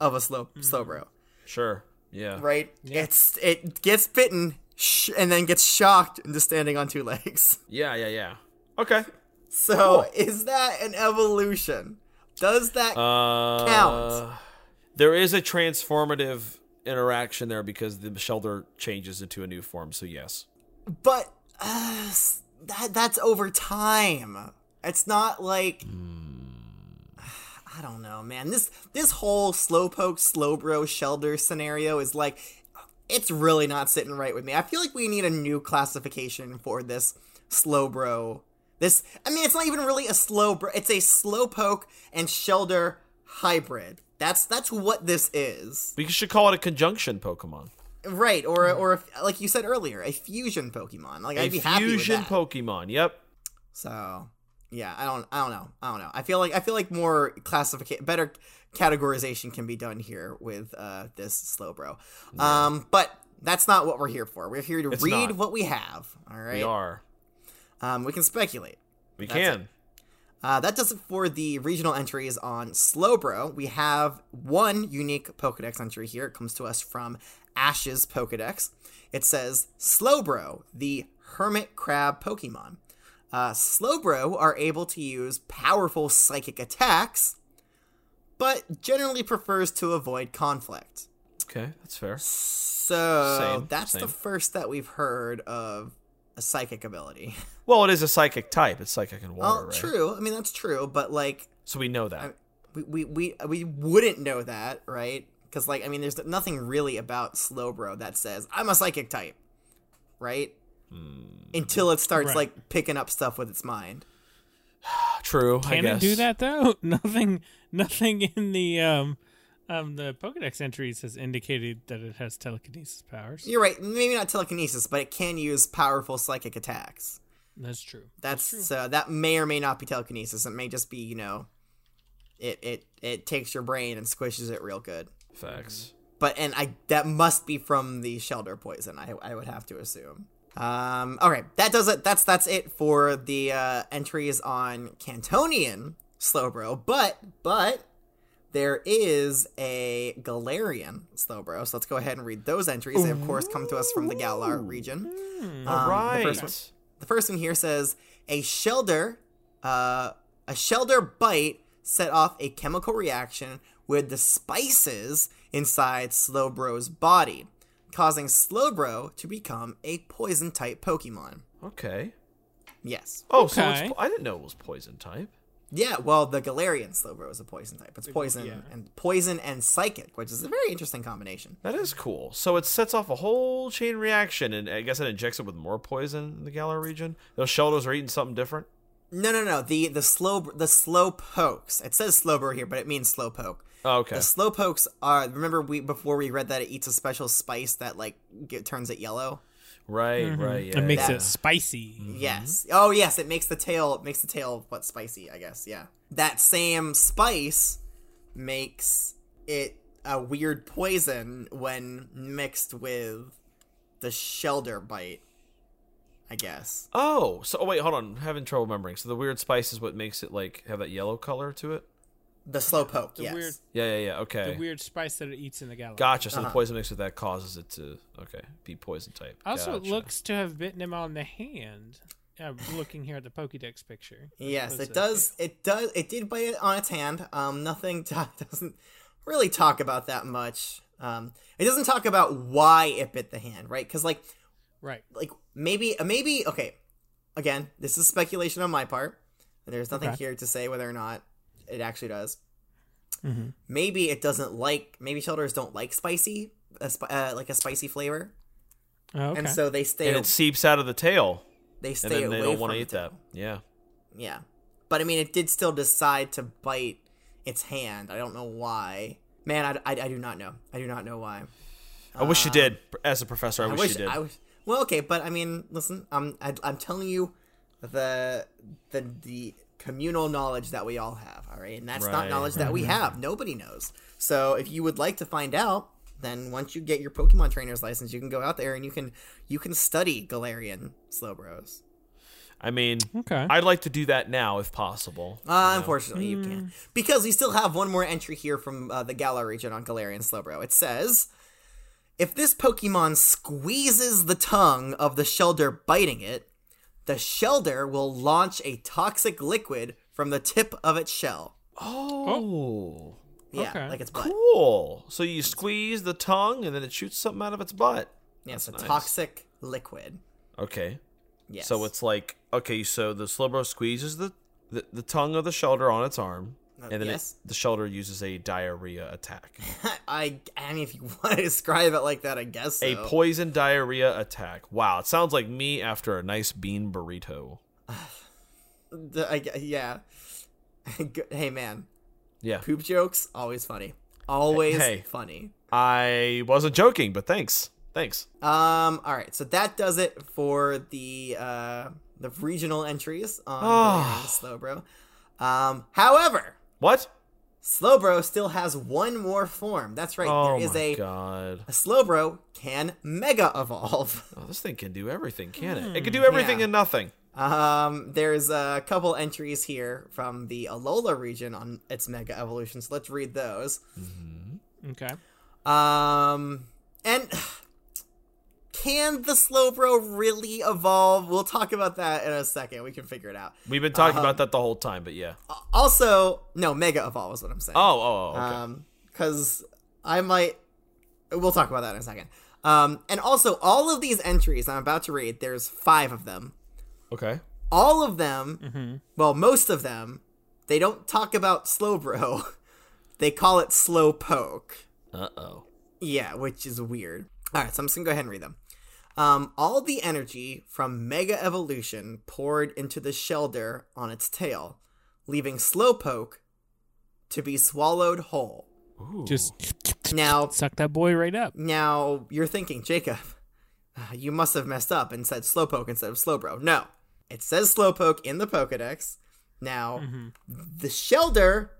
of a slow Slowbro
Sure. Yeah.
right? It's it gets bitten, sh- and then gets shocked into standing on two legs.
Yeah, yeah, yeah. Okay.
So is that an evolution? Does that
Uh,
Count.
There is a transformative interaction there because the shelter changes into a new form. So yes.
but uh, s- that that's over time. It's not like I don't know, man. This this whole slowpoke, slowbro, shelter scenario is like it's really not sitting right with me. I feel like we need a new classification for this slowbro. This I mean, it's not even really a slowbro. It's a slowpoke and shelter hybrid. That's that's what this is.
We should call it a conjunction Pokemon.
Right, or a- or a, like you said earlier, a fusion Pokemon. Like i
A
I'd be happy with
fusion
that.
Pokemon. Yep.
So yeah, I don't I don't know. I don't know. I feel like I feel like more classification better categorization can be done here with uh this slow bro. Um but that's not what we're here for. We're here to
It's
read
not.
what we have. All right.
We are.
Um we can speculate.
We
That's
can.
Uh, that does it for the regional entries on Slowbro. We have one unique Pokedex entry here. It comes to us from Ash's Pokedex. It says Slowbro, the hermit crab Pokemon. Uh, Slowbro are able to use powerful psychic attacks, but generally prefers to avoid conflict.
Okay, that's fair.
So
Same,
that's the
same.
first that we've heard of a psychic ability.
Well, it is a psychic type. It's psychic and water,
well,
right?
Oh, true. I mean, that's true, but like.
So we know that.
we we we, we wouldn't know that, right? Because like I mean, there's nothing really about Slowbro that says I'm a psychic type, right? Until it starts
Right.
like picking up stuff with its mind.
Ah, true. I
Can it
guess.
do that though? Nothing. Nothing in the um, um the Pokedex entries has indicated that it has telekinesis powers.
You're right. Maybe not telekinesis, but it can use powerful psychic attacks.
That's true.
That's so that may or may not be telekinesis. It may just be you know, it it it takes your brain and squishes it real good.
Facts.
but and I that must be from the shelter poison. I I would have to assume. Um. All right. That does it. That's that's it for the uh, entries on Cantonian Slowbro. But but there is a Galarian Slowbro. So let's go ahead and read those entries. They of course come to us from the Galar region.
Hmm.
Uh,
All right.
Um, The first one the first one here says a shelter uh, a shelter bite set off a chemical reaction with the spices inside slowbro's body causing slowbro to become a poison type pokemon
Okay.
yes
Oh, so
Okay.
it's, po- I didn't know it was poison type.
yeah well the galarian slowbro is a poison type it's poison and poison and psychic which is a very interesting combination
That is cool. So it sets off a whole chain reaction, and I guess it injects it with more poison in the Galar region. Those Sheldos are eating something different.
no no no the the slow the slow pokes it says slowbro here but it means slow poke
Oh, okay.
The slowpokes are. Remember, we before we read that it eats a special spice that like get, turns it yellow.
Right, right. Yeah, Mm.
Mm-hmm. it makes
yeah.
it spicy.
Yes. Oh, yes. It makes the tail. It makes the tail what spicy? I guess. Yeah. That same spice makes it a weird poison when mixed with the shelter bite. I guess.
Oh, so oh, wait, hold on. I'm having trouble remembering. So the weird spice is what makes it like have that yellow color to it.
The slowpoke.
The
yes.
weird,
Yeah, yeah, yeah.
the
Okay.
weird spice that it eats in the galaxy.
Gotcha.
Uh-huh.
So the poison mixed with that causes it to okay be poison type.
Also, it
Gotcha.
looks to have bitten him on the hand. I'm looking here at the Pokédex picture.
Yes,
That's
it
a-
does. It does. It did bite it on its hand. Um, nothing t- doesn't really talk about that much. Um, it doesn't talk about why it bit the hand, right? Because like,
Right.
like maybe, maybe okay. Again, this is speculation on my part. There's nothing
Okay.
here to say whether or not it actually does.
Mm-hmm.
Maybe it doesn't like. Maybe shelters don't like spicy, a sp- uh, like a spicy flavor,
Oh, okay.
and so they stay.
and it seeps out of the tail,
they
and
stay
then they
away
don't
from
want to
the
eat that.
tail.
Yeah.
Yeah. But I mean, it did still decide to bite its hand. I don't know why. Man, I, I, I do not know. I do not know why.
I wish you did. As a professor, I,
Uh, I
wish,
wish
you did.
I wish. Well, okay, but I mean, listen, I'm I, I'm telling you, the the the communal knowledge that we all have. All right, and that's not
Right. Mm-hmm.
knowledge that we have. Nobody knows. So if you would like to find out, then once you get your Pokemon trainer's license, you can go out there and you can you can study Galarian Slowbros.
I mean,
Okay.
I'd like to do that now if possible.
Uh, Unfortunately, you can't. Because we still have one more entry here from uh, the Galar region on Galarian Slowbro. It says If this Pokemon squeezes the tongue of the Shelder biting it, the Shelder will launch a toxic liquid from the tip of its shell.
Oh,
Yeah,
Okay.
like its butt.
cool. So you squeeze the tongue and then it shoots something out of its butt.
Yeah, it's a
nice.
toxic liquid.
Okay.
Yes.
So it's like okay, so the Slowbro squeezes the, the the tongue of the shelter on its arm,
Uh,
and then
yes.
it, the shelter uses a diarrhea attack,
I I mean, if you want to describe it like that, I guess so.
a poison diarrhea attack. Wow, it sounds like me after a nice bean burrito.
The- I gue- yeah. G- hey man,
Yeah,
poop jokes always funny. Always
Hey.
funny.
I wasn't joking, but thanks, thanks.
Um. All right. So that does it for the uh the regional entries on
Ah.
Slowbro. Um. However,
What?
Slowbro still has one more form. That's right.
Oh
there is
my
a
god!
a Slowbro can mega evolve.
Oh, this thing can do everything, can it? It can do everything
Hmm. Yeah.
and nothing.
Um, there's a couple entries here from the Alola region on its mega evolution, so let's read those.
Okay.
Um, and can the Slowbro really evolve? We'll talk about that in a second. We can figure it out.
We've been
Uh-huh.
talking about that the whole time, but yeah. Oh,
Also, no, mega evolve is what I'm saying.
oh, oh okay.
Um, because I might. We'll talk about that in a second. Um, and also, all of these entries I'm about to read, there's five of them.
okay.
all of them,
Mm-hmm.
well, most of them, they don't talk about Slowbro. they call it Slowpoke.
Uh oh.
Yeah, which is weird. All right, so I'm just gonna go ahead and read them. Um, all the energy from Mega Evolution poured into the Shelder on its tail, leaving Slowpoke to be swallowed whole.
Just
Now,
suck that boy right up.
now you're thinking, Jacob, uh, you must have messed up and said Slowpoke instead of Slowbro. No, it says Slowpoke in the Pokedex. Now, the Shelder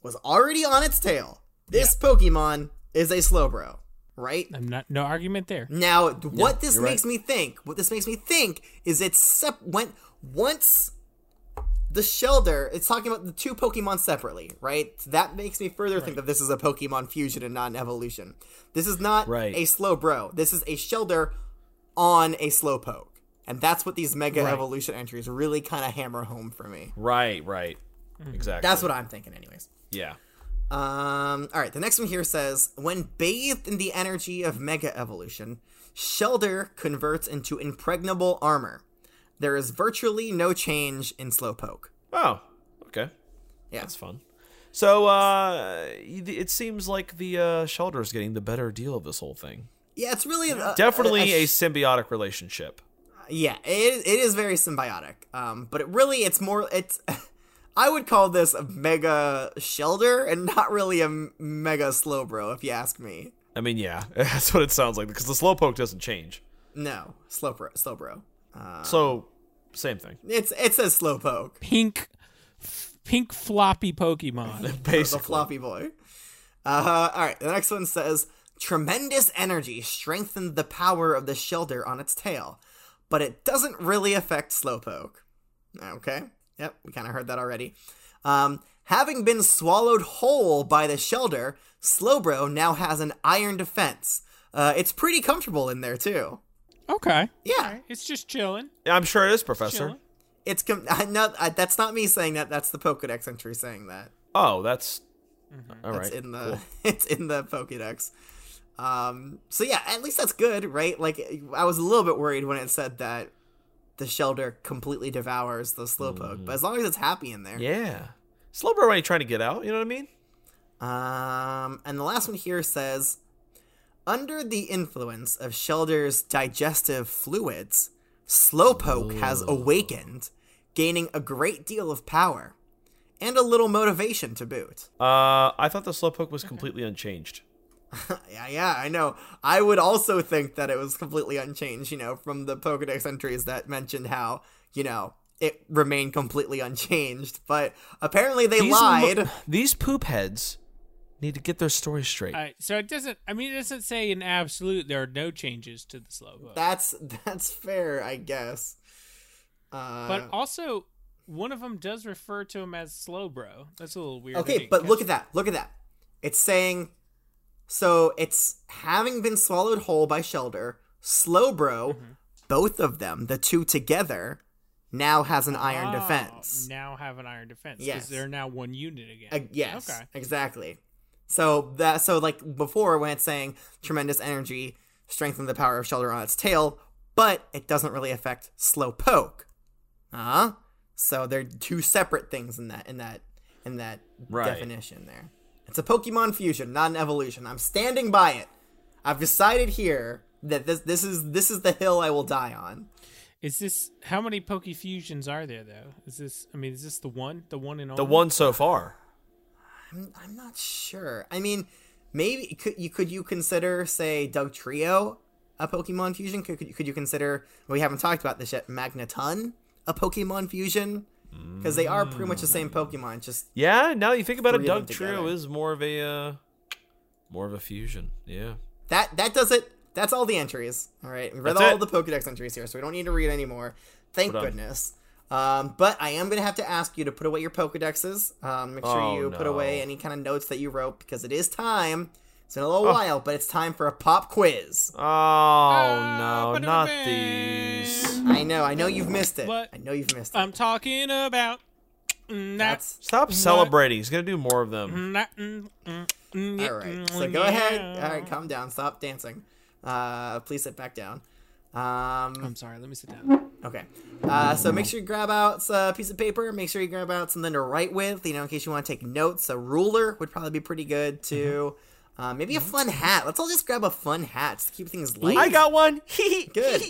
was already on its tail. This Pokemon is a Slowbro, right?
I'm not no argument there.
Now, th- what this
you're right.
makes me think, what this makes me think is it's sep- when once the Shelder, it's talking about the two Pokemon separately, right? That makes me further think that this is a Pokemon fusion and not an evolution. This is not
Right.
a Slowbro. This is a Shelder on a Slowpoke. And that's what these Mega Evolution entries really kind of hammer home for me.
Right, right.
Mm-hmm.
Exactly.
That's what I'm thinking, anyways.
yeah.
Um, all right, the next one here says when bathed in the energy of mega evolution, Shelder converts into impregnable armor. There is virtually no change in Slowpoke.
Oh, okay.
Yeah.
That's fun. So uh it seems like the uh shelter is getting the better deal of this whole thing.
Yeah, it's really a-
Definitely
a,
a symbiotic relationship.
yeah, it, it is very symbiotic. Um, but it really it's more it's I would call this a mega Shelder and not really a m- mega Slowbro if you ask me.
I mean, yeah, that's what it sounds like because the slowpoke doesn't change.
No, Slowbro, Slowbro. Uh,
So same thing.
it's it says Slowpoke.
Pink f- pink floppy Pokemon.
the
Basically.
floppy boy. Uh, all right, the next one says tremendous energy strengthened the power of the shelter on its tail, but it doesn't really affect Slowpoke. Okay, yep, we kind of heard that already. Um, having been swallowed whole by the shelter, Slowbro now has an iron defense. Uh, it's pretty comfortable in there too.
okay.
Yeah,
It's just chilling.
I'm sure it is, Professor.
Chilling.
it's com- I, no, I, that's not me saying that. That's the Pokedex entry saying that.
Oh, that's
Mm-hmm.
all right.
It's in the it's in the Pokédex. Um, so yeah, at least that's good, right? Like I was a little bit worried when it said that the shelter completely devours the slowpoke, but as long as it's happy in there.
Mm-hmm. Yeah. Slowbro ain't trying to get out, you know what I mean?
Um, and the last one here says, under the influence of Shelter's digestive fluids, Slowpoke has awakened, gaining a great deal of power and a little motivation to boot.
Uh, I thought the slowpoke was completely unchanged.
Yeah, yeah, I know. I would also think that it was completely unchanged, you know, from the Pokedex entries that mentioned how, you know, it remained completely unchanged. But apparently they lied.
these poop heads need to get their story straight.
All right, so it doesn't. I mean, it doesn't say in absolute there are no changes to the Slowpoke.
that's that's fair, I guess. Uh,
but also, one of them does refer to him as Slowbro. That's a little weird. I
okay,
didn't
but
catch
look at that. Look at that. It's saying So it's having been swallowed whole by Shelder, Slowbro, both of them, the two together, now has an iron
Ah,
defense.
Now have an iron defense because
Yes.
they're now one unit again.
Uh, yes,
Okay.
exactly. So that so like before when it's saying tremendous energy strengthen the power of Shelter on its tail, but it doesn't really affect Slowpoke. Uh huh. So they're two separate things in that in that in that
Right.
definition there. It's a Pokemon fusion, not an evolution. I'm standing by it. I've decided here that this this is this is the hill I will die on.
Is this how many Poke Fusions are there though? Is this? I mean, is this the one? The one and only?
The one so far.
I'm, I'm not sure. I mean, maybe could you could you consider say Doug Trio a Pokemon fusion? Could could you, could you consider we haven't talked about this yet Magneton a Pokemon fusion? Because they are pretty much the same Pokemon. Just
Yeah, now that you think about it,
Three of them
Doug Trio
together.
is more of a uh, more of a fusion. Yeah.
that that does it. That's all the entries. All right, we read
That's
all
it.
the Pokedex entries here, so we don't need to read anymore. Thank
We're done.
goodness. Um, but I am gonna have to ask you to put away your Pokedexes. Um, make sure
Oh,
you put
no.
away any kind of notes that you wrote because it is time. It's been a little while, but it's time for a pop quiz.
Oh
Ah,
no, not these.
I know, I know you've missed it.
What?
I know you've missed it.
I'm talking about. Mm,
That's
Stop celebrating. He's gonna do more of them.
All mm,
all right. So go ahead. All right, calm down. Stop dancing. Uh, please sit back down. Um,
I'm sorry. Let me sit down.
okay. Uh, so make sure you grab out a piece of paper. Make sure you grab out something to write with. You know, in case you want to take notes, a ruler would probably be pretty good too. Uh, maybe a fun hat. Let's all just grab a fun hat just to keep things light.
Mm-hmm. I got one.
good.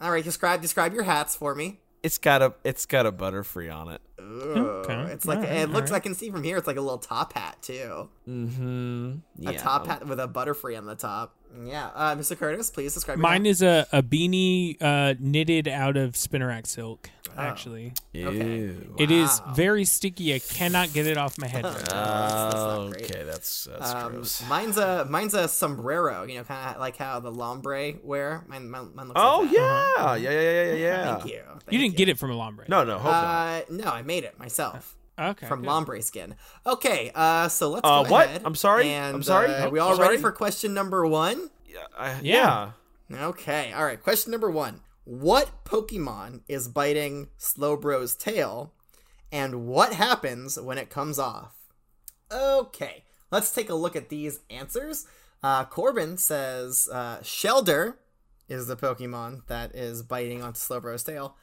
All right, describe describe your hats for me.
It's got a it's got a butterfree on it. Uh,
Ooh, It's like
Alright,
it looks. I can see from here. It's like a little top hat too.
Mm-hmm. Yeah.
a top hat with a butterfree on the top. Yeah, uh, Mr. Curtis, please describe. your
Mine
hat.
is a, a beanie uh, knitted out of spinnerack silk.
Ah.
Actually,
Ew.
okay.
it is very sticky. I cannot get it off my head. right now.
Uh,
great.
okay, that's that's
Um,
gross.
mine's a mine's a sombrero. You know, kind of like how the lombre wear. Mine, mine, mine looks.
Oh
like that. Uh-huh.
yeah, yeah, yeah, yeah, yeah, yeah.
Thank you. Thank
you didn't get it from a lombre.
No, no, hope not.
Uh, no, I made it myself
Okay.
from
good.
lombre skin. Okay, uh, so let's
Uh,
go
what?
ahead.
I'm sorry?
And,
I'm sorry? Oh,
uh, are
I'm
we all ready
sorry?
for question number one?
Yeah, I-
yeah.
yeah.
Okay, all right. Question number one: What Pokemon is biting Slowbro's tail, and what happens when it comes off? Okay, let's take a look at these answers. Uh, Corbin says uh, Shelder is the Pokemon that is biting onto Slowbro's tail,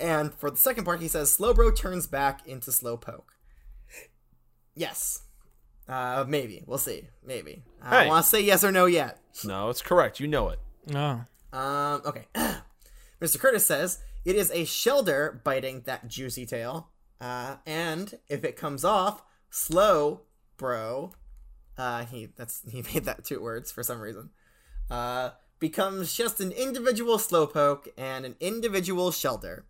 and for the second part, he says Slowbro turns back into Slowpoke. Yes. Uh, maybe we'll see. Maybe I
Hey.
don't want to say yes or no yet.
No, it's correct. You know it.
Oh.
Um, okay. Mr. Curtis says it is a shelter biting that juicy tail. Uh, and if it comes off, slow, bro. Uh, he that's he made that two words for some reason. Uh, becomes just an individual slowpoke and an individual shelter.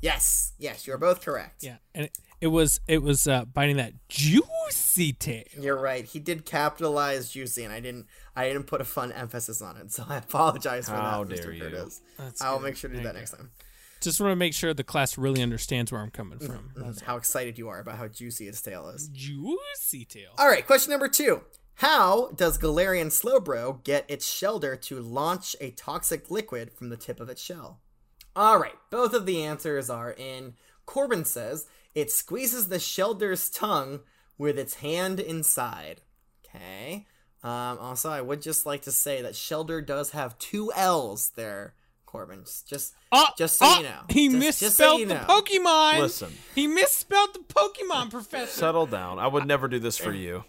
Yes, yes, you are both correct.
Yeah, and it, it was it was uh, biting that juicy tail.
You're right. He did capitalize juicy, and I didn't. I didn't put a fun emphasis on it, so I apologize for
How
that,
dare
Mr.
you.
Curtis.
That's
I'll
good.
make sure to do
There
that
you
next time.
Just want to make sure the class really understands where I'm coming from.
Mm-hmm.
That's how excited you are about how juicy its tail is.
Juicy tail.
All right, question number two. How does Galarian Slowbro get its shelter to launch a toxic liquid from the tip of its shell? All right, both of the answers are in. Corbin says it squeezes the shelter's tongue with its hand inside. Okay. Um, also, I would just like to say that shelter does have two L's there, Corbin. Just, just,
Oh,
just so
oh,
you know.
He
Just-
misspelled
just so you
the
know.
Pokemon.
Listen.
He misspelled the Pokemon, Professor.
Settle down. I would never do this for you.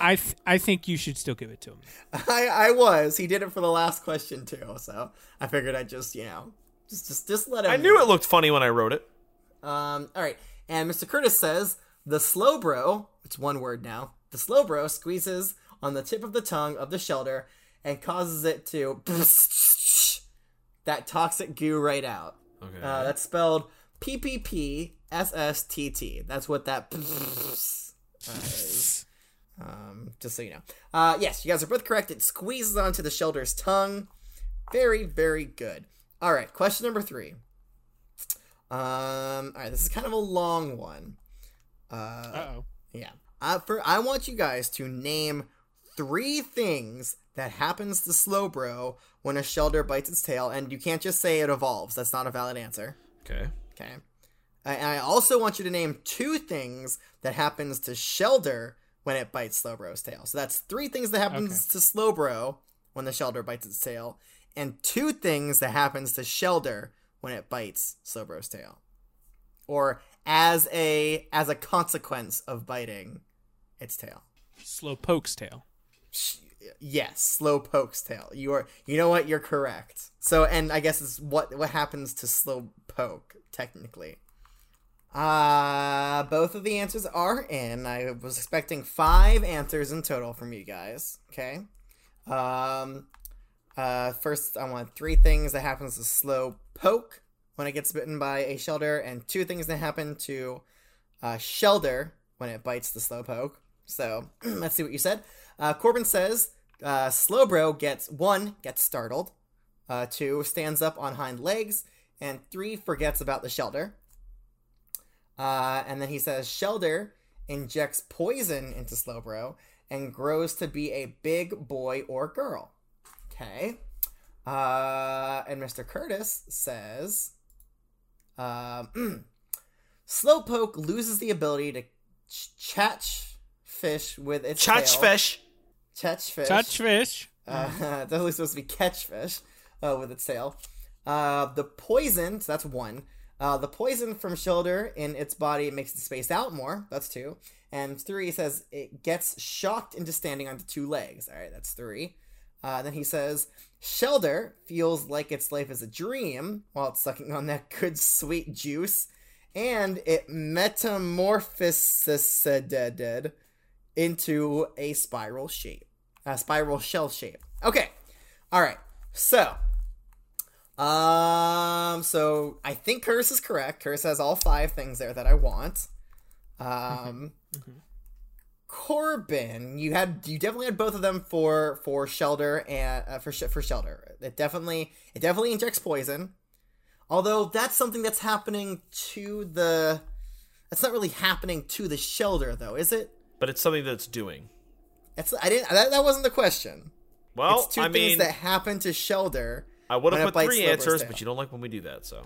I th- I think you should still give it to him.
I, I was. He did it for the last question too, so I figured I'd just, you know, just just just let him.
I knew it looked funny when I wrote it.
Um. All right. And Mr. Curtis says the slow bro. It's one word now. The slow bro squeezes on the tip of the tongue of the shelter and causes it to that toxic goo right out.
Okay.
Uh, that's spelled P P P S S T T. That's what that uh, is. Um, just so you know. Uh, yes, you guys are both correct. It squeezes onto the shelter's tongue. Very, very good. All right, question number three. Um, all right, this is kind of a long one. Uh,
Uh oh.
Yeah. I, for, I want you guys to name three things that happens to Slowbro when a Shelder bites its tail, and you can't just say it evolves. That's not a valid answer.
Okay.
Okay. I- And I also want you to name two things that happens to Shelder when it bites Slowbro's tail. So that's three things that happens to Slowbro when the Shelder bites its tail, and two things that happens to Shelder when it bites Slowbro's tail, or as a as a consequence of biting its tail.
Slowpoke's tail.
Sh- Yes, Slowpoke's tail. You are. You know what? You're correct. So, and I guess it's what what happens to Slowpoke technically. Uh both of the answers are in. I was expecting five answers in total from you guys. Okay. Um. Uh, first, I want three things that happens to Slowpoke when it gets bitten by a Shelder, and two things that happen to uh, Shelder when it bites the Slowpoke. So let's see what you said. Uh, Corbin says uh, Slowbro gets one, gets startled, uh, two, stands up on hind legs, and three, forgets about the shelter. Uh, and then he says Shelder injects poison into Slowbro and grows to be a big boy or girl. Okay. Uh, and Mr. Curtis says, um, Slowpoke loses the ability to ch- chatch fish with its
Chach
tail.
fish.
Chatch fish.
Touch fish.
Uh, it's only supposed to be catch fish uh, with its tail. Uh, the poison, so that's one. Uh, the poison from shoulder in its body makes it space out more. That's two. And three says it gets shocked into standing onto two legs. All right, that's three. Uh, then he says, Shelder feels like its life is a dream while it's sucking on that good sweet juice, and it metamorphosed into a spiral shape a spiral shell shape. Okay. All right. So, um, so I think Curse is correct. Curse has all five things there that I want. Um, Corbin, you had you definitely had both of them for for shelter and uh, for sh- for shelter. It definitely it definitely injects poison. Although that's something that's happening to the that's not really happening to the shelter though, is it?
But it's something that it's doing.
That's I didn't that, that wasn't the question.
Well,
it's two
Oh, I
things
mean,
that happen to Shelder.
I would
when it
have put
bites
three
Slowbro's
answers,
tail.
but you don't like when we do that, so.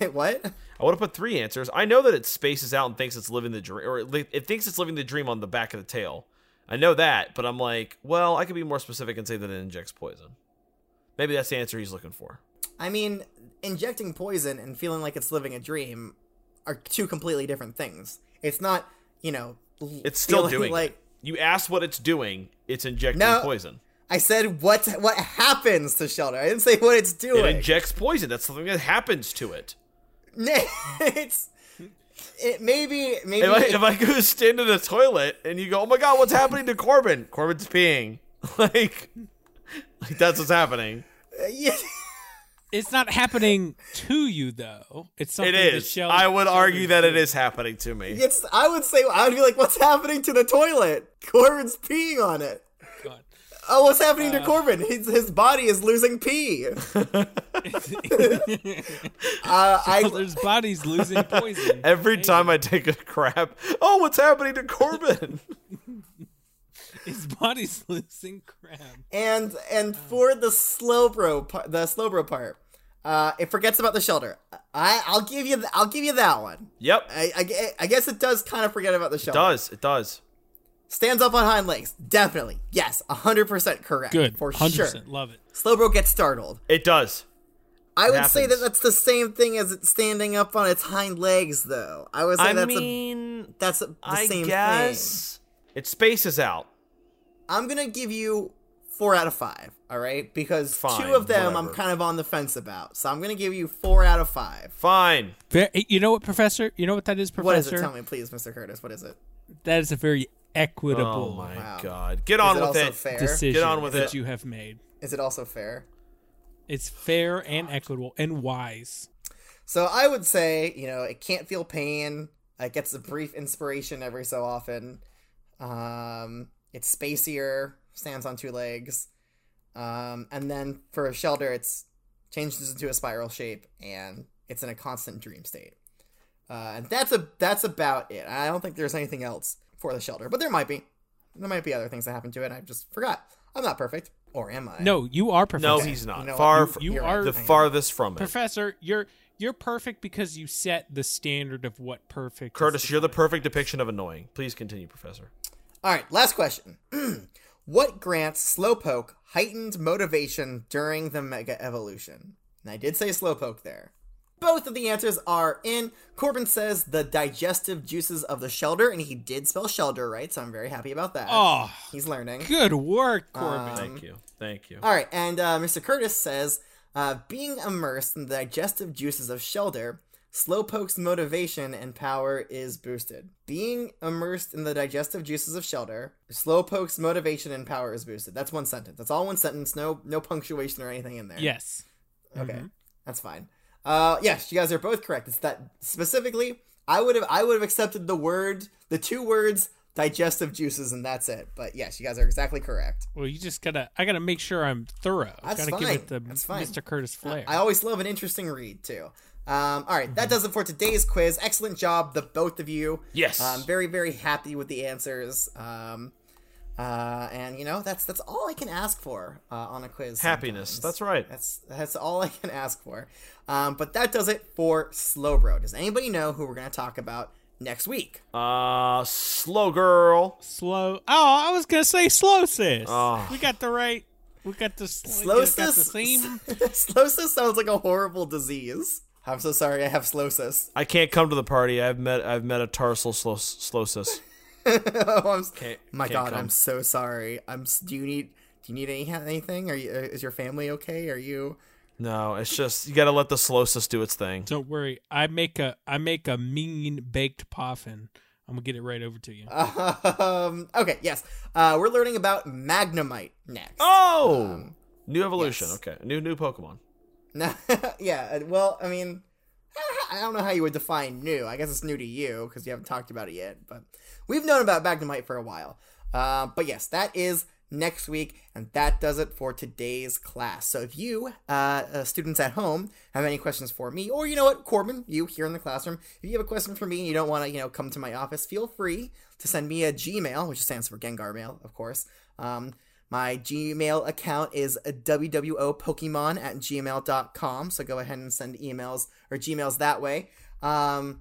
Wait, what?
I would have put three answers. I know that it spaces out and thinks it's living the dream, or it, li- it thinks it's living the dream on the back of the tail. I know that, but I'm like, well, I could be more specific and say that it injects poison. Maybe that's the answer he's looking for.
I mean, injecting poison and feeling like it's living a dream are two completely different things. It's not, you know, l-
It's still
feeling
doing.
like
Like you asked what it's doing, it's injecting
No.
poison.
I said what what happens to Shelter. I didn't say what it's
It
doing.
injects poison. That's something that happens to it.
it's it maybe maybe
If I, if I go stand in the toilet and you go, oh my god, what's happening to Corbin? Corbin's peeing. like, like that's what's happening.
yeah.
It's not happening to you though. It's something
It
that
is.
Shel-
I would
Sheldon
argue that it is happening to me.
It's I would say I would be like, what's happening to the toilet? Corbin's peeing on it.
God.
Oh, what's happening to Corbin? His, his body is losing pee. uh, I
There's bodies losing poison.
Every time I take a crap, oh, what's happening to Corbin?
His body's losing crap.
and and for the slowbro part, the slowbro part, uh, it forgets about the shelter. I I'll give you th- I'll give you that one.
yep, it
I, I, gue- I guess it does kind of forget about the shelter.
does. It does.
Stands up on hind legs. Definitely. Yes. 100% correct.
Good.
For
100%.
sure.
Love it.
Slowbro gets startled.
It does.
I would say that
happens.
that's the same thing as it standing up on its hind legs, though. I would say that's a
mean,
that's a, the same thing.
it spaces out.
I'm gonna give you four out of five. All right, because
Fine,
two of them I'm
whatever.
kind of on the fence about. So I'm gonna give you four out of five.
Fine.
Ver- eh, You know what, Professor? You know what that is, Professor?
What is it? Tell me, please, Mr. Curtis. What is it?
That is a very
Oh
equitable
my
Wow.
god. Get
Is
on
it
with
also
it.
fair?
decision
Get on with
that
it.
you have made.
Is it also fair?
It's fair and equitable and wise.
So I would say, you know, it can't feel pain. It gets a brief inspiration every so often. Um, it's spacier, stands on two legs. Um, and then for a shelter, it's changes into a spiral shape and it's in a constant dream state. Uh, and that's a that's about it. I don't think there's anything else for the shelter, but there might be. There might be other things that happened to it. I just forgot. I'm not perfect, or am I?
No, you are perfect.
No,
Okay.
he's not.
You know what?
Far
You-
fr-
you
You're
are-
right.
the
I am.
farthest from it.
Professor, you're you're perfect because you set the standard of what perfect. is
Curtis, you're the perfect depiction of annoying. Please continue, Professor.
All right, last question. what grants Slowpoke heightened motivation during the Mega Evolution? And I did say Slowpoke there. Both of the answers are in. Corbin says the digestive juices of the shelter, and he did spell shelter right, so I'm very happy about that.
Oh,
He's learning.
good work,
Uh,
Corbin.
Thank you. Thank you.
All right, and uh, Mr. Curtis says, uh, being immersed in the digestive juices of Shelter, Slowpoke's motivation and power is boosted. Being immersed in the digestive juices of Shelter, Slowpoke's motivation and power is boosted. That's one sentence. That's all one sentence. No, no punctuation or anything in there.
yes.
Okay, that's fine. Uh, yes, you guys are both correct. It's that specifically. I would have I would have accepted the word, the two words, digestive juices, and that's it. But yes, you guys are exactly correct.
Well, you just gotta. I gotta make sure I'm thorough.
That's
gotta give it
fine.
the
That's fine.
Mr. Curtis flair.
I always love an interesting read too. Um, all right,
Mm-hmm.
that does it for today's quiz. Excellent job, the both of you.
Yes.
I'm very very happy with the answers. Um, uh, and you know that's that's all I can ask for uh, on a quiz.
Happiness.
sometimes.
That's right.
That's that's all I can ask for. Um, but that does it for Slowbro. Does anybody know who we're gonna talk about next week?
Uh, slow girl.
slow. Oh, I was gonna say slow sis.
Oh.
We got the right. We got the sl-
Slow
we got the
sis-
same.
slow sis sounds like a horrible disease. I'm so sorry. I have slowsis.
I can't come to the party. I've met I've met a tarsal slo- slosis.
oh, I'm,
Can't-
my
can't
god,
come.
I'm so sorry. I'm. s- Do you need? Do you need any anything? Are you? uh, Is your family okay? Are you?
No, it's just you got to let the slosis do its thing.
Don't worry. I make a. I make a mean baked poffin. I'm gonna get it right over to you.
Um. Okay. Yes. Uh. We're learning about Magnemite next.
Oh, new evolution.
yes.
Okay, new new Pokemon.
No- yeah. uh, Well, I mean, I don't know how you would define new. I guess it's new to you because you haven't talked about it yet. But we've known about Magnemite for a while. Uh, but yes, that is next week, and that does it for today's class. So if you, uh, uh, students at home, have any questions for me, or you know what, Corbin, you here in the classroom, if you have a question for me and you don't want to, you know, come to my office, feel free to send me a Gmail, which stands for Gengar Mail, of course. Um, my Gmail account is wwopokemon at gmail.com, so go ahead and send emails or Gmails that way. Um,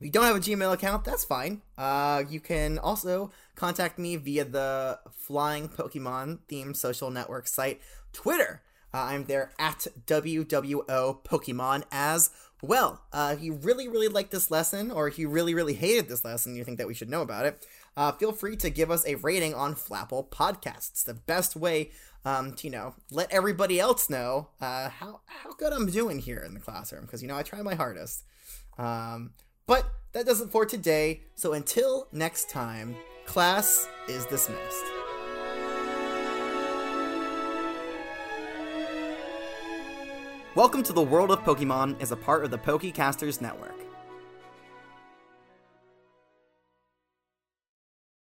if you don't have a Gmail account, that's fine. Uh, you can also contact me via the Flying Pokemon themed social network site, Twitter. Uh, I'm there at WWO Pokemon as well. Uh, if you really, really like this lesson, or if you really, really hated this lesson, you think that we should know about it, uh, feel free to give us a rating on Flapple Podcasts. The best way um, to, you know, let everybody else know uh, how, how good I'm doing here in the classroom, because, you know, I try my hardest. Um, but that does it for today. So until next time, class is dismissed. Welcome to the World of Pokemon is a part of the Pokecasters Network.